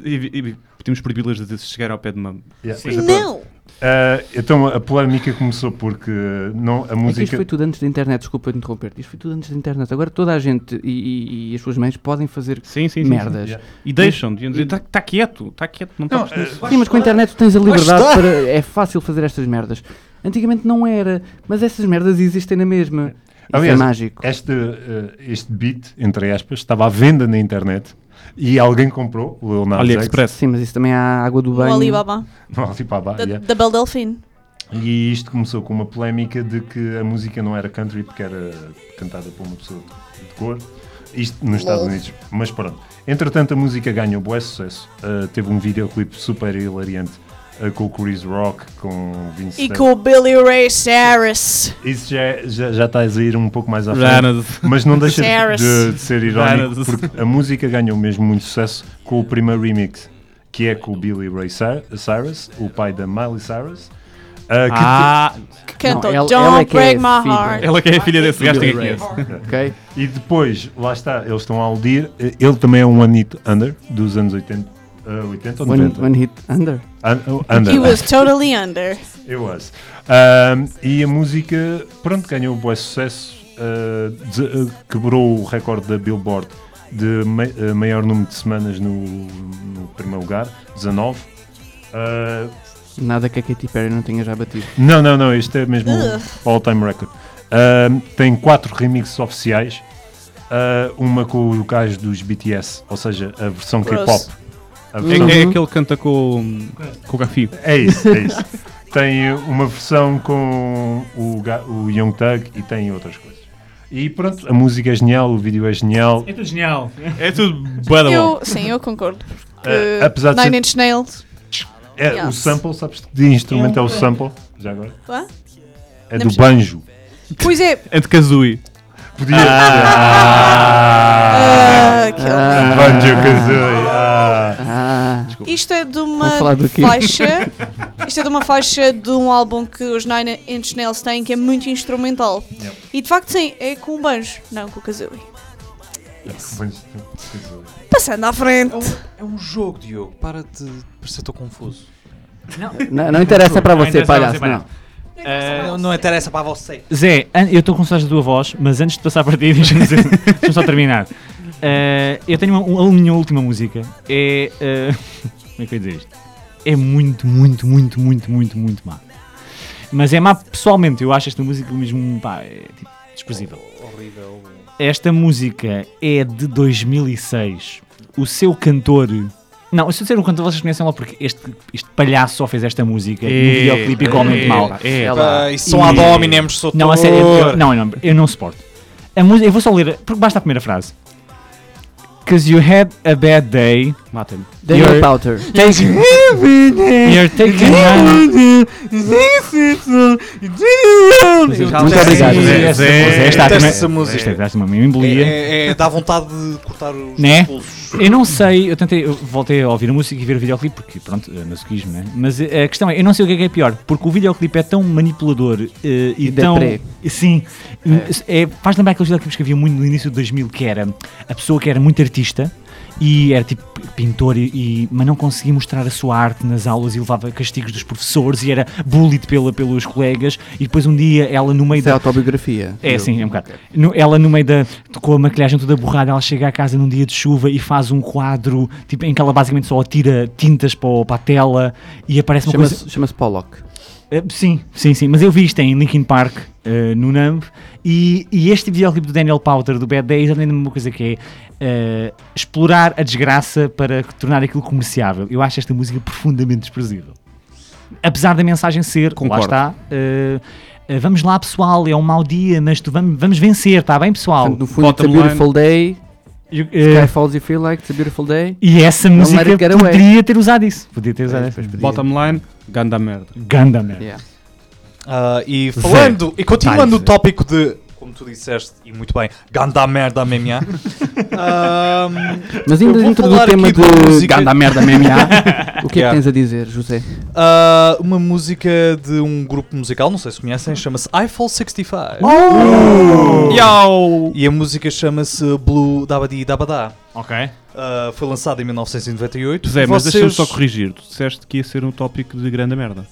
E, e, podíamos proibi-las de chegar ao pé de uma. Yeah. Não. Ah, então a polémica começou porque não, a É que isto música. foi tudo antes da internet, desculpa de interromper. Isto foi tudo antes da internet. Agora toda a gente e, e- e as suas mães podem fazer Sim, sim, sim. merdas. Yeah. E deixam, deviam dizer, está quieto, está quieto, não tá Não, toques eh, nisso. Sim, mas com a internet tu tens a liberdade estar. para. É fácil fazer estas merdas. Antigamente não era, mas essas merdas existem na mesma. Isso Aliás, é mágico. Este, eh, este beat, entre aspas, estava à venda na internet e alguém comprou o Lil Nas [LAUGHS] X. AliExpress. Sim, mas isso também há água do O banho. Alibaba, no Alibaba, da, Ah, yeah. da Belle Delphine. E isto começou com uma polémica de que a música não era country porque era cantada por uma pessoa de cor. Isto nos Estados Unidos. Mas pronto. Entretanto, a música ganhou bué sucesso. Eh, teve um videoclipe super hilariante eh, com o Chris Rock, com o Vince E Staples. com o Billy Ray Cyrus. Isso já, já, já estás a ir um pouco mais à frente. Ranas. Mas não deixa Sarahs. de, de ser irónico, Ranas. porque a música ganhou mesmo muito sucesso com o primeiro remix, que é com o Billy Ray Cy- Cyrus, o pai da Miley Cyrus. ah, que Ah, Que canta Não, ela- o ela é Don't que é Break My filha. Heart. ela que é a filha desse gajo, tem aqui. ok? te- E depois, lá está, eles estão a aludir. eh, Ele também é um One Hit Under, dos anos 80, ah, 80 ou One, 90? one hit under. Un- oh, under. He was [LAUGHS] totally under. It was. Ahm, e a música, pronto, ganhou um bom sucesso, ah, de- ah, quebrou o recorde da Billboard de ma- ah, maior número de semanas no, no primeiro lugar, 19. Ah, Nada que a Katy Perry não tenha já batido. não, não, não, este é mesmo o Ugh. all-time record. Ahm, tem quatro remixes oficiais, ah, uma com o gajo dos BTS, ou seja, a versão Gross. K-pop. A É, versão- é aquele que canta com, com o Gafi. É isso, é isso. tem uma versão com o, ga- o Young Thug e tem outras coisas. E pronto, a música é genial, o vídeo é genial. É tudo genial. É tudo bué da bom. Eu, sim, eu concordo. Eh, Que apesar de Nine ser- Inch Nails. É, Yeah. O sample, sabes que de instrumento é o sample? Já agora? Hã? É Não do me- banjo. Pois é. É de Kazooie. Podia Ah. ser. ah, aquele- Banjo Kazooie. Ah. Ah, Isto é de Vamos falar uma do quê? [LAUGHS] faixa. Isto é de uma faixa de um álbum que os Nine Inch Nails têm que é muito instrumental. E de facto, sim, é com o banjo, não com o kazooie. Yes. Banjo Kazooie. Passando à frente. Oh. É um jogo, Diogo. Para de parecer tão confuso. não, não interessa para Não você, interessa para palhaço. você, Não. palhaço. É. não, não interessa para você. Zé, an- eu estou com saudades da tua voz, mas antes de passar para ti, [LAUGHS] deixa-me dizer- deixa-me só terminar. Eh, eu tenho uma, um- a minha última música. É. eh, [LAUGHS] como é que eu ia dizer isto? É muito, muito, muito, muito, muito, muito má. Mas é má pessoalmente. Eu acho esta música mesmo. pá, é tipo, desprezível. Horrível. Esta música é de 2006. O seu cantor. Não, se eu disser o cantor, vocês conhecem lá porque este, este palhaço só fez esta música no videoclipe igualmente mal. É, Ela- Pá, isso são E- adóminos, sou um Não, a sério, eu, ator. não, não, eu não suporto. A música, eu vou só ler, porque basta a primeira frase. Cause you had a bad day. Mata-me. Daniel Powter. Taking You're taking my- Muito obrigado. Zé, Zé, Zé, Zé, está a Detesto comer- essa música. Isto é, dá-se uma minha É, embolia. é- é- dá vontade de cortar os Né? pulsos. Eu não sei, eu tentei, eu voltei a ouvir a música e ver o videoclipe, porque pronto, é masoquismo, né? Mas eh, a questão é, eu não sei o que é que é pior, porque o videoclipe é tão manipulador eh, e, E tão. deprê. Sim, é, faz lembrar aqueles videoclipes que havia muito no início de 2000, que era a pessoa que era muito artista e era tipo pintor, e, e- mas não conseguia mostrar a sua arte nas aulas e levava castigos dos professores e era bullied pela, pelos colegas, e depois um dia ela no meio Isso é da. autobiografia. É, Eu- sim, é um bocado. No- ela, no meio da. com a maquilhagem toda borrada, ela chega à casa num dia de chuva e faz um quadro tipo, em que ela basicamente só atira tintas para, o- para a tela e aparece uma coisa. Chama-se chama Pollock. Eh, Sim, sim, sim. Mas eu vi isto em Linkin Park, eh, no NAMB, e, e este videoclipe do Daniel Powter, do Bad Day, é exatamente a mesma coisa que é eh, explorar a desgraça para tornar aquilo comerciável. Eu acho esta música profundamente desprezível. Apesar da mensagem ser, Concordo. lá está, eh, eh, vamos lá pessoal, é um mau dia, mas tu vamos, vamos vencer, está bem pessoal? Portanto, no fundo, it's a bottom beautiful day. Eu- Sky eh, falls you feel like it's a beautiful day. e essa música let it get away. poderia ter usado isso. Podia ter usado Depois essa. É, podia- Bottom line, ganda merda. Ganda merda. Yeah. Ah, e falando, e continuando Detalhes, o tópico de, como tu disseste, e muito bem, ganda [LAUGHS] merda MMA. ahm, Mas Eu ainda vou dentro do falar tema aqui de de música. ganda merda MMA, o que é que Yeah. tens a dizer, José? ah, uma música de um grupo musical, não sei se conhecem, chama-se Eiffel 65. Oh! Yo! E a música chama-se Blue Dabadi Dabadá. Ok. Ah, foi lançada em 1998. Zé, mas Vocês- deixa-me só corrigir. Tu disseste que ia ser um tópico de grande merda.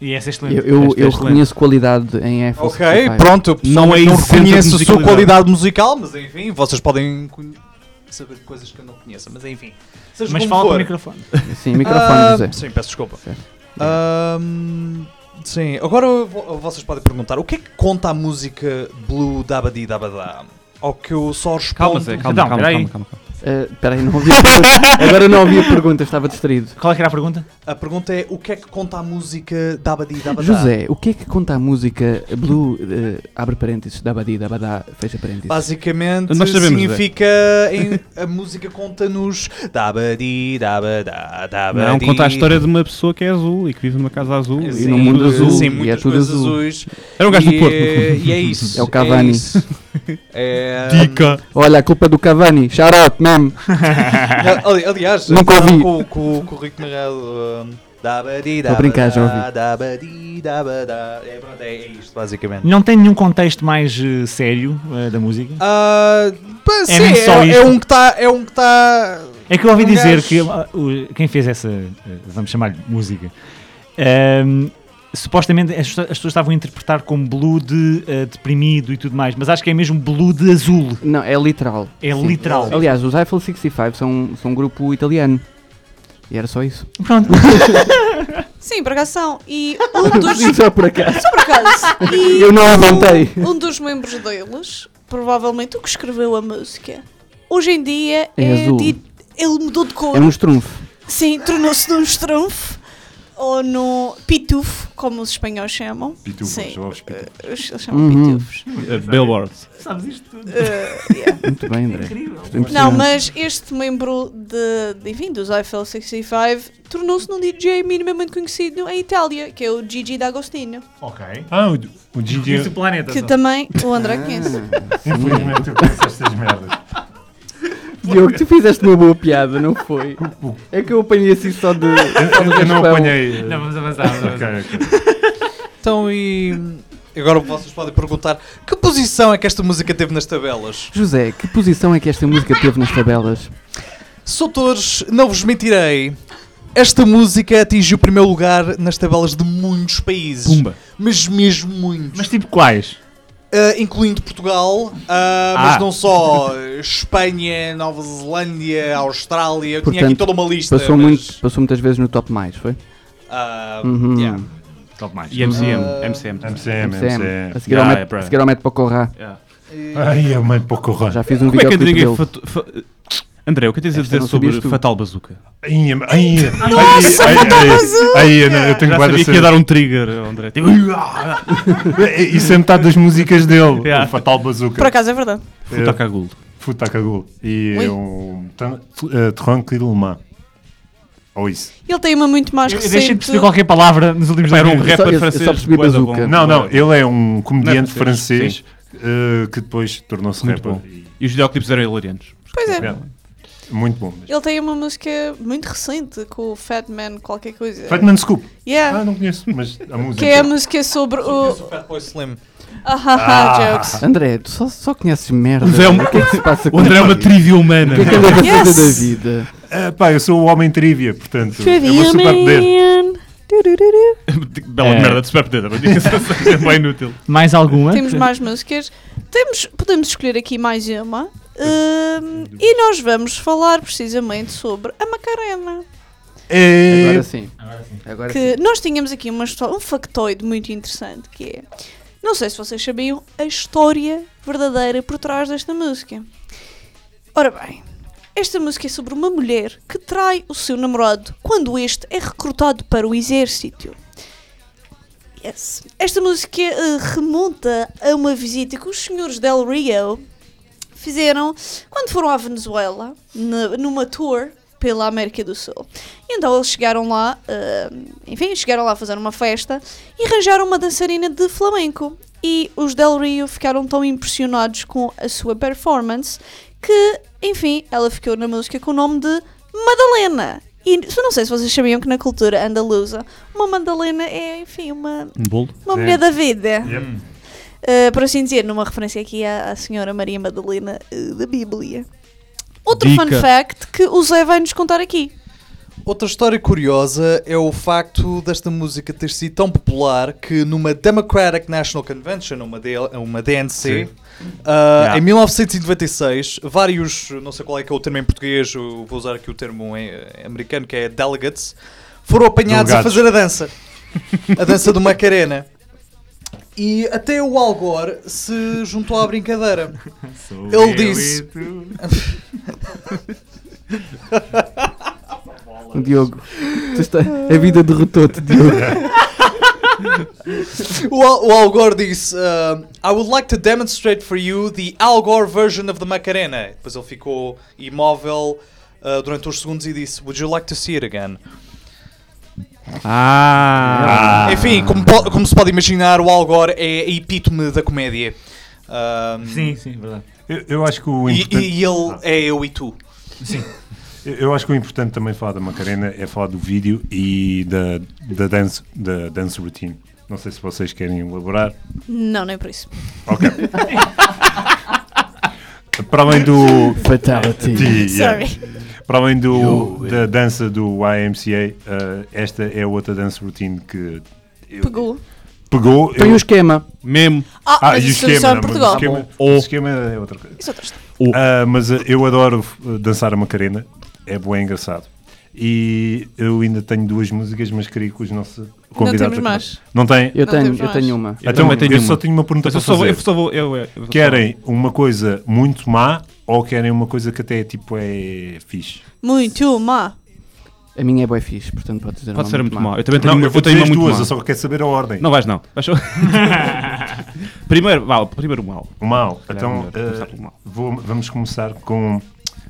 E essa é excelente. Eu, Esta é eu, eu excelente. reconheço qualidade em Eiffel. Ok, pronto, eu Não pessoalmente é não isento de reconheço a sua musicalidade. qualidade musical, mas enfim, vocês podem conhe- saber coisas que eu não conheço, mas enfim. Seja Mas como fala for. para o microfone. Sim, microfone, Ah, José. Sim, peço desculpa. Certo. Ahm, sim, agora vo- vocês podem perguntar o que é que conta a música Blue Dabadi Dabadá? Ao que eu só respondo. Calma, Zé, calma, Então, calma, peraí. calma, calma, calma. Ah, Espera aí, não ouvi a pergunta. Agora não ouvi a pergunta, estava distraído. Qual é que era a pergunta? A pergunta é o que é que conta a música Dabadi Dabadá? José, o que é que conta a música Blue, eh, abre parênteses, dabadi, dabadá, fecha parênteses? Basicamente Nós sabemos, significa em- a música conta-nos dabadi dabadá dabadi. Não, conta a história de uma pessoa que é azul e que vive numa casa azul É Sim, e num mundo sim, azul. Sim, e muitas é tudo coisas azul. azuis. Era um gajo E do Porto. é- E é [LAUGHS] isso. É o Cavani. isso. [LAUGHS] É, Olha, a culpa é do Cavani, shout out, mesmo. Não, ali- aliás, Nunca estava ouvi. Com, com, com o Rico Narrado. Um, dabadi, Estou a brincar, já ouvi. Dabadi, dabadá. É, pronto, é, é isto, [LAUGHS] basicamente. Não tem nenhum contexto mais eh, sério eh, da música. Ah, pá, sim, mesmo é, só é isto. um que está. É um que está. É que eu ouvi Um dizer gajo- que ah, o- quem fez essa, eh, vamos chamar-lhe música, ahm, supostamente as, as pessoas estavam a interpretar como blue de eh, deprimido e tudo mais, mas acho que é mesmo blue de azul. Não, é literal. É Sim. literal. Aliás, os Eiffel 65 são, são um grupo italiano. E era só isso. Pronto. Sim, por acaso são. [LAUGHS] E um dos. Sim, só por acaso. Só por acaso. E Eu não um- aguentei. Um dos membros deles, provavelmente o que escreveu a música, hoje em dia É é, azul. di- Ele mudou de cor. É um estrunfo. Sim, tornou-se num estrunfo. Ou num pitufo, como os espanhóis chamam. Pitufos, Sim. Eh, chamava-os pitufos. Eles eles chamam Uhum. pitufos. Uh, Billboards. Eh, yeah. Muito bem, André. Isto é Não, impressionante. mas este membro de, de, enfim, dos Eiffel 65 tornou-se num DJ minimamente conhecido em Itália, que é o Gigi D'Agostino, ok. Ah, o, o DJ. Isso o planeta. que só. também o André conhece. Infelizmente eu conheço estas merdas. Diogo, tu fizeste uma boa piada, não foi? É que eu apanhei assim só de. só [LAUGHS] de Eu não raspão. apanhei. eh, Não, [LAUGHS] vamos avançar. Vamos avançar. ok, ok. Então, e. Agora vocês podem perguntar que posição é que esta música teve nas tabelas? José, que posição é que esta música teve nas tabelas? Soutores, não vos mentirei. Esta música atingiu o primeiro lugar nas tabelas de muitos países. Pumba. Mas mesmo muitos. Mas tipo quais? Uh, incluindo Portugal, uh, Ah. mas não só Espanha, Nova Zelândia, Austrália. Eu tinha aqui Portanto, toda uma lista. Passou, é, mas, muito, passou muitas vezes no top mais, foi? uh, Uhum. yeah. Top mais. E MCM. Ah. MCM. também. MCM, MCM. A MCM. seguir ao Yeah, Met- é, a seguir ao Met para Corrá. Yeah. Ai, a mãe pouco rã. Já fiz um Como é vídeo que dele. ninguém. fatu- fa- André, o que tens a Esta dizer não sabias sobre tu. Fatal Bazooka? Ai, ai, ai, ai, tá ai, ai, não, eu tenho Já guarda sabia que ia dar um trigger, ao André. Tipo, [LAUGHS] Isso é metade das músicas dele. Yeah. O Fatal Por Bazooka. acaso é verdade. É, Futacagul. Futacagul. E Oi. um tran- fu- eh, Tranquilo Man. Ou isso. Ele tem uma muito mais Eu- eu Deixei de recente. perceber qualquer palavra nos últimos Era um dois minutos. só- eu- rapper eu francês. só percebi bué da Bazooka. bom. Não, não, ele é um comediante Não é francês, francês eh, que depois tornou-se é Muito rapper. bom. E os videoclipes eram hilarianos. Pois é. Yeah. Muito bom. Ele tem uma música muito recente com o Fat Man qualquer coisa. Fatman Scoop. Yeah. Ah, não conheço, mas a música. Que é a música sobre Eu o. sou um Fatboy Slim. Ah, ah, ah, jokes. André, tu só, só conheces merda. Mas é um- O que é que se passa com O André é uma ti? trivia humana. O que é [LAUGHS] que andas a fazer Yes! da vida? Ah, pá, eu sou o homem trivia, portanto. É Trivia o meu superpoder. Man. Turururu. Tipo, Bela É. merda de superpoder, mas diga-se assim, é bem inútil. Mais alguma? Temos mais músicas. Temos, podemos escolher aqui mais uma. Hum, e nós vamos falar precisamente sobre a Macarena. É... Agora sim. Agora sim. Que nós tínhamos aqui uma histó- um factoide muito interessante que é. Não sei se vocês sabiam a história verdadeira por trás desta música. Ora bem, esta música é sobre uma mulher que trai o seu namorado quando este é recrutado para o exército. Yes. Esta música eh, remonta a uma visita que os senhores Del Rio fizeram quando foram à Venezuela, na- numa tour pela América do Sul. E então eles chegaram lá, eh, enfim, chegaram lá a fazer uma festa e arranjaram uma dançarina de flamenco. E os Del Rio ficaram tão impressionados com a sua performance que, enfim, ela ficou na música com o nome de Madalena. E eu não sei se vocês sabiam que na cultura andaluza, uma Madalena é, enfim, uma, Um bolo? uma Sim. mulher da vida. Yep. Uh, por assim dizer, numa referência aqui à, à Senhora Maria Madalena uh, da Bíblia. Outro Dica. fun fact que o Zé vai nos contar aqui. Outra história curiosa é o facto desta música ter sido tão popular que numa Democratic National Convention, uma, D- uma DNC, ah, Yeah. em 1996, vários, não sei qual é que é o termo em português, eu vou usar aqui o termo em, eh, americano, que é delegates, foram apanhados Delegados. a fazer a dança. A dança do Macarena. E até o Al Gore se juntou à brincadeira. Ele disse- Diogo, tu está... Ah. a vida derrotou-te, Diogo. O Al, o Al Gore disse: ah, I would like to demonstrate for you the Al Gore version of the Macarena. Depois ele ficou imóvel ah, durante uns segundos e disse: Would you like to see it again? Ah! Enfim, como, po- como se pode imaginar, o Al Gore é a epítome da comédia. Ah, Sim, sim, verdade. Eu, eu acho que o E, importante... e ele é eu e tu. Eu- Eu acho que o importante também falar da Macarena é falar do vídeo e da, da, dance, da dance routine. Não sei se vocês querem elaborar. Não, nem por isso. Ok. Para além do. Fatality. Sim, yeah. Sorry. Para além do, da dança do YMCA, eh, esta é outra dance routine que. eu- Pegou. Pegou. Tem eu- um esquema. Mesmo. Ah, Ah, mas e o isso é esquema. só em não, mas Portugal. O esquema, o esquema é outra coisa. Isso é outra história. Ah, mas eh, eu adoro eh, dançar a Macarena, é bem engraçado. E eu ainda tenho duas músicas, mas queria que os nossos convidados. temos mais. Não tem? Eu Não tenho, temos eu mais. tenho uma. Eu então, também tenho eu uma. só tenho uma pergunta Mas eu para só vou. fazer. Eu só vou eu, eu- eu- Querem uma coisa muito má ou querem uma coisa que até tipo é fixe? Muito má. A minha é boa fixe, portanto pode dizer Pode uma ser muito muito má. mal. Eu também tenho, uma- eu vou tenho dizer uma as muito duas, má. eu só quero saber a ordem. Não vais, não. [LAUGHS] Vais só- primeiro, vá, o primeiro um mal. O mal. calhar Então, é melhor começar eh, pelo mal. vou- vamos começar com.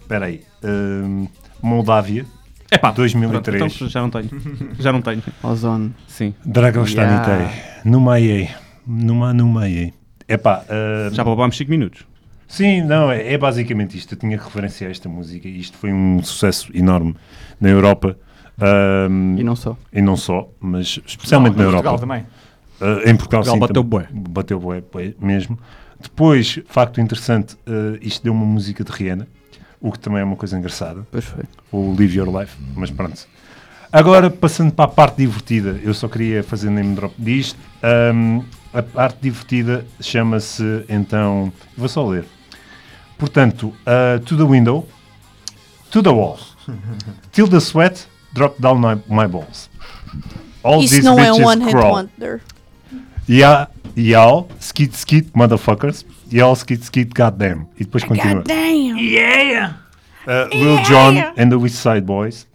Espera aí. eh, Moldávia, É pá. 2003. então já não tenho. Já não tenho. Ozone. Sim. Dragon Yeah. Stanitei. Numa aí. Numa, numa aí. Epá, ah, Já babámos 5 minutos. sim, não, é, é basicamente isto. Eu tinha que referenciar esta música e isto foi um sucesso enorme na Europa. ah, E não só. e não só, mas especialmente na Europa. Portugal também. Ah, em Portugal, Portugal sim, bateu também. Bateu bué, bué mesmo. Depois, facto interessante, ah, isto deu uma música de Rihanna, o que também é uma coisa engraçada Pois foi. o tipo, Live Your Life, mas pronto. Agora, passando para a parte divertida, eu só queria fazer name drop disto. Ahm, a parte divertida chama-se então. Vou só ler. Portanto, ah, To the Window, To the Wall, Till the Sweat, Drop Down My, my Balls. All Isso these não é bitches um One Hit crawl. Wonder. Ya- Y'all, skit skit, motherfuckers. Y'all, skit skit, goddamn. E depois continua. God damn. Uh, Lil Jon and the West Side Boys.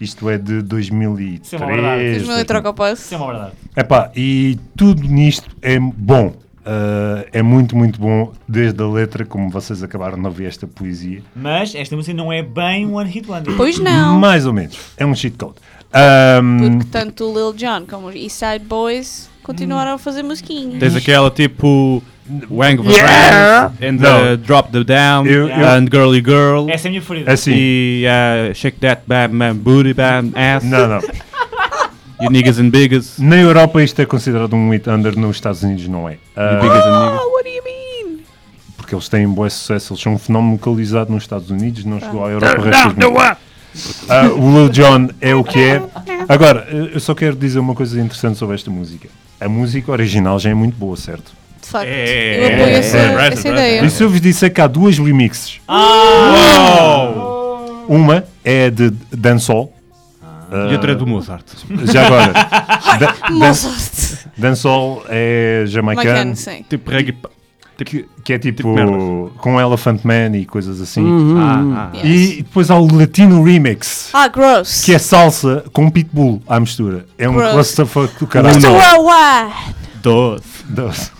Isto é de 2003. Isso é uma verdade. Os meus troca o Isso é passo. uma verdade. Epá, e tudo nisto é bom. Uh, é muito, muito bom. Desde a letra, como vocês acabaram de ouvir esta poesia. Mas esta música não é bem One Hit Wonder. Pois não. Mais ou menos. É um cheat code. Um, Porque tanto o Lil Jon como os Eastside Boys continuaram a fazer musiquinhas. Tens aquela tipo. Wang And Não. uh, Drop the Down. Eu- eu- And Girly Girl. Essa é a minha preferida. assim. E uh, Shake That Bam Bam Booty Bam Ass. Não, não. You niggas and biggers. Na Europa isto é considerado um hit under, nos Estados Unidos não é. Uh, Oh, what do you mean? porque eles têm um bom sucesso, eles são um fenómeno localizado nos Estados Unidos, Ah. não chegou à Europa o resto dos mundos. Ah, o Lil Jon é o que é. Agora, eu eu só quero dizer uma coisa interessante sobre esta música. A música original já é muito boa, certo? De facto. É, Eu apoio é, essa, é, é, essa é, Ah! ideia. E se eu vos disser que há duas remixes? Uma é de Dancehall, Ah, E outra é do Mozart. já [LAUGHS] agora. Da- Mozart. Dancehall é jamaicano, McCann, sim. Tipo reggae. que, que é tipo merdas. com Elephant Man e coisas assim. Ah, ah. E depois há o Latino Remix. Ah, gross. que é salsa com pitbull à mistura. É um Gross. clusterfuck do caralho. Tu é ué. Doce. Doce.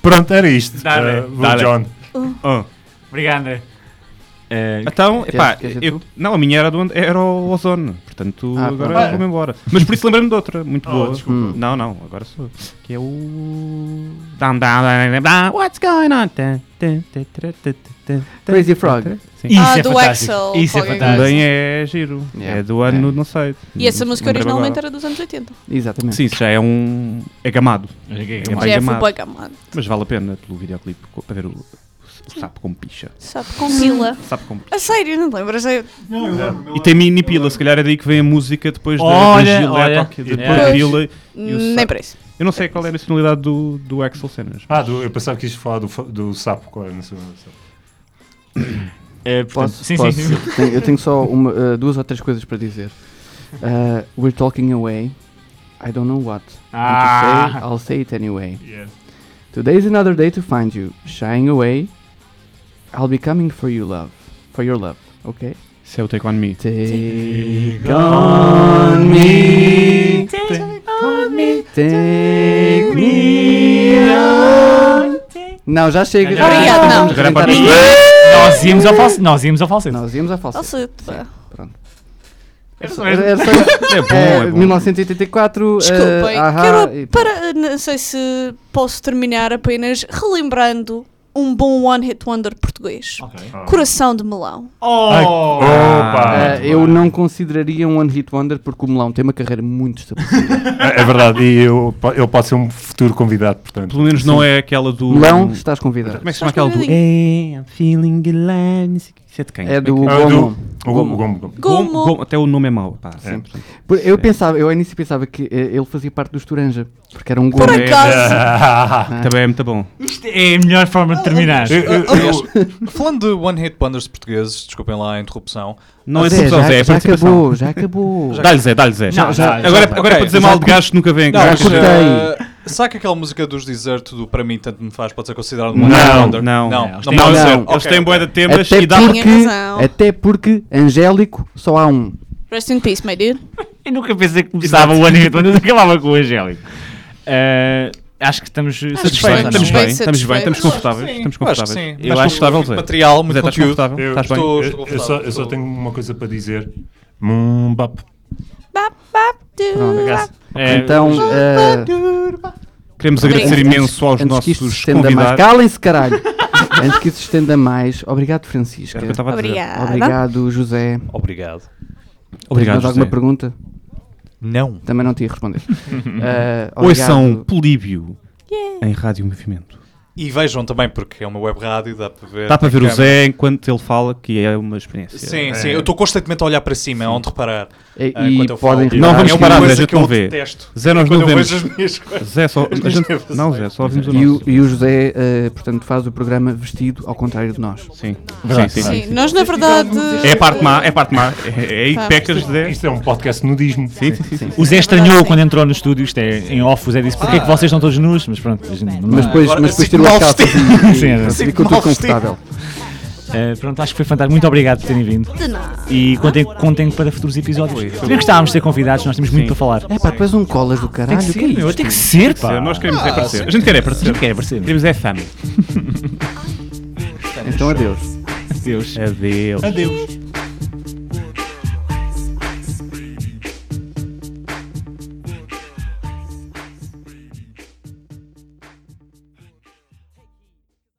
Pronto, era isto. Eh, Dale, Uh, Lil dale. Jon. Ah. Obrigado, André. Então, epá, queres dizer eu, tu? não, a minha era, do, And- era o Ozone, portanto Ah, agora pronto. Hum. vou-me embora. Mas por isso lembrei-me de outra, muito Oh, boa. desculpa. Não, não, agora sou eu. Que é o. Down, down, down, down, what's going on? Tan, tan, tan, tan, tan, tan, tan, Crazy tan, Frog. tan. Sim. Isso Ah, é do fantástico. Axl, Isso é qualquer fantástico. Também é giro. Yeah. É do ano, É. não sei. E essa música Lembrei-me originalmente agora. era dos anos 80. Exatamente. Sim, isso já é um. É gamado. É bem Já é gamado. full gamado. Mas vale a pena pelo videoclipe co- para ver o, Sapo com picha. Sapo com pila. Sapo com picha. A sério, não te lembras? Eu- E tem mini pila, se calhar é daí que vem a música depois da, Olha, da Gillette, olha. ou que- depois Yeah. da Pila. E o Nem sapo. parece. Eu não sei qual é a nacionalidade do, do Axel Cenas. Ah, do- eu pensava que isto falar do, fa- do sapo. Qual é a nacionalidade? É, portanto, Posso? sim, posso. sim, sim. Tenho- eu tenho só uma, eh, duas ou três coisas para dizer. Eh, we're talking away. I don't know what. Ah. And to say, I'll say it anyway. Yeah. Today's another day to find you. Shying away. I'll be coming for you, love. For your love. Okay? Isso é o Take On Me. Take on me. Take me on. Não, já chega. Obrigado, Vamos não. Agora é para- tentar- Nós íamos ao falso. Nós íamos ao falso. Nós íamos à falsa. Falsete. vá. Era- era só- É bom, É, é bom. 1984. Desculpem, eh, ahá, quero e- para, não sei se posso terminar apenas relembrando um bom One Hit Wonder português. Coração de Melão. Oh! Opa! Ah, Eh, É, eu não consideraria um One Hit Wonder porque o Melão tem uma carreira [LAUGHS] muito estabelecida. É, é verdade, e eu, po- eu posso ser um futuro convidado, portanto. Pelo menos não é aquela do. Melão, estás convidado. Como é que se chama aquela do. Estás Hey, I'm feeling alive. não sei o quê. Isso é de quem? É do Como Ah, do- Gomo. O Gomo, Gomo, Gomo. Gomo. Gomo. Gomo, Até o nome é mau. Pá, Sim. Por- é. Eu pensava, eu ao início pensava que eh, ele fazia parte dos Toranja, porque era um Gomo. Por acaso. [LAUGHS] Ah, Também é muito bom. Isto é a melhor forma de terminar. eu- eu- Aliás, falando de One Hit Wonders portugueses, desculpem lá a interrupção, Não é Zé, solução, já, Zé. É já participação. acabou, já [LAUGHS] acabou. Dá-lhe Zé, dá-lhe Zé. Não, já- já- agora já- agora é para ok, dizer já- mal de gajos que nunca vêm Não, cá. Já mas, cortei. eh, sabe aquela música dos Desert do Para mim tanto me faz pode ser considerado um One Hit Não, Wonder? não. não, Não, não, tem- pode não. ser. Eles Eles Ok. têm boia de temas Até e dá Tinha porque, razão. até porque Angélico só há um. Rest in peace, my dude. Eu nunca pensei que começava assim. o ano e quando acabava com o Angélico. Ah, acho que estamos Estamos bem, satisfeitos. estamos não bem, bem, estamos bem, estamos satisfeitos. confortáveis. Sim, Estamos eu acho que confortáveis. Eu sim. Mas acho com confortável, muito Zé. material, muito Zé, é, estás conteúdo. confortável? Eu Estás bem? Estou- Eu, eu só, eu só tenho uma coisa para dizer. Hum, bap. Bap, bap, do, Pronto. bap. É, Então, eh, Queremos agradecer Antes- imenso aos antes que isto se nossos estenda mais. convidados. Calem-se, caralho! antes que isso se estenda mais, obrigado, Francisca. Era o que eu estava a dizer. Obrigada. Obrigado, José. Tens Obrigado. Obrigado, mais alguma José. pergunta? Não. Também não te ia responder. [LAUGHS] Eh, Oi, são obrigado. Políbio em Rádio Movimento. E vejam também, porque é uma web rádio, dá para ver. Dá Tá para na ver o câmera. Zé enquanto ele fala, que é uma experiência. Sim, sim, eu estou constantemente a olhar para cima, é onde reparar. E, ah, e enquanto eu falo. podem Não reparar vamos é que uma parar, coisa Zé, que eu não vê. detesto. Zé, nós Quando não eu vemos. vejo as minhas coisas. Zé, só. a gente- não, Zé, só ouvimos o E o, nosso. e o José, eh, portanto, faz o programa vestido ao contrário de nós. Sim, sim, sim. Sim, nós na verdade. É a parte má, é a parte má. É, é aí que Tá. pecas, Zé. Isto é um podcast nudismo. Sim, O Zé estranhou quando entrou no estúdio, isto é em off, o Zé disse, porquê é que vocês estão todos nus? Mas pronto, a gente- Mas depois, Ah, Agora, mas depois sinto-me tirou as mal calças e, e, Sim, é. pronto, Sinto-me ficou mal tudo confortável. Eh, pronto, acho que foi fantástico. Muito obrigado por terem vindo. De nada. E contem, contem para futuros episódios. Também gostávamos de ser convidados, nós temos muito para falar. É pá, depois um colas do caralho. Tem que que é ser, meu, isto? tem que ser, pá. Nós queremos é aparecer. A gente quer é aparecer. quer aparecer. Queremos é fama. Então, adeus. Deus. Adeus. Adeus.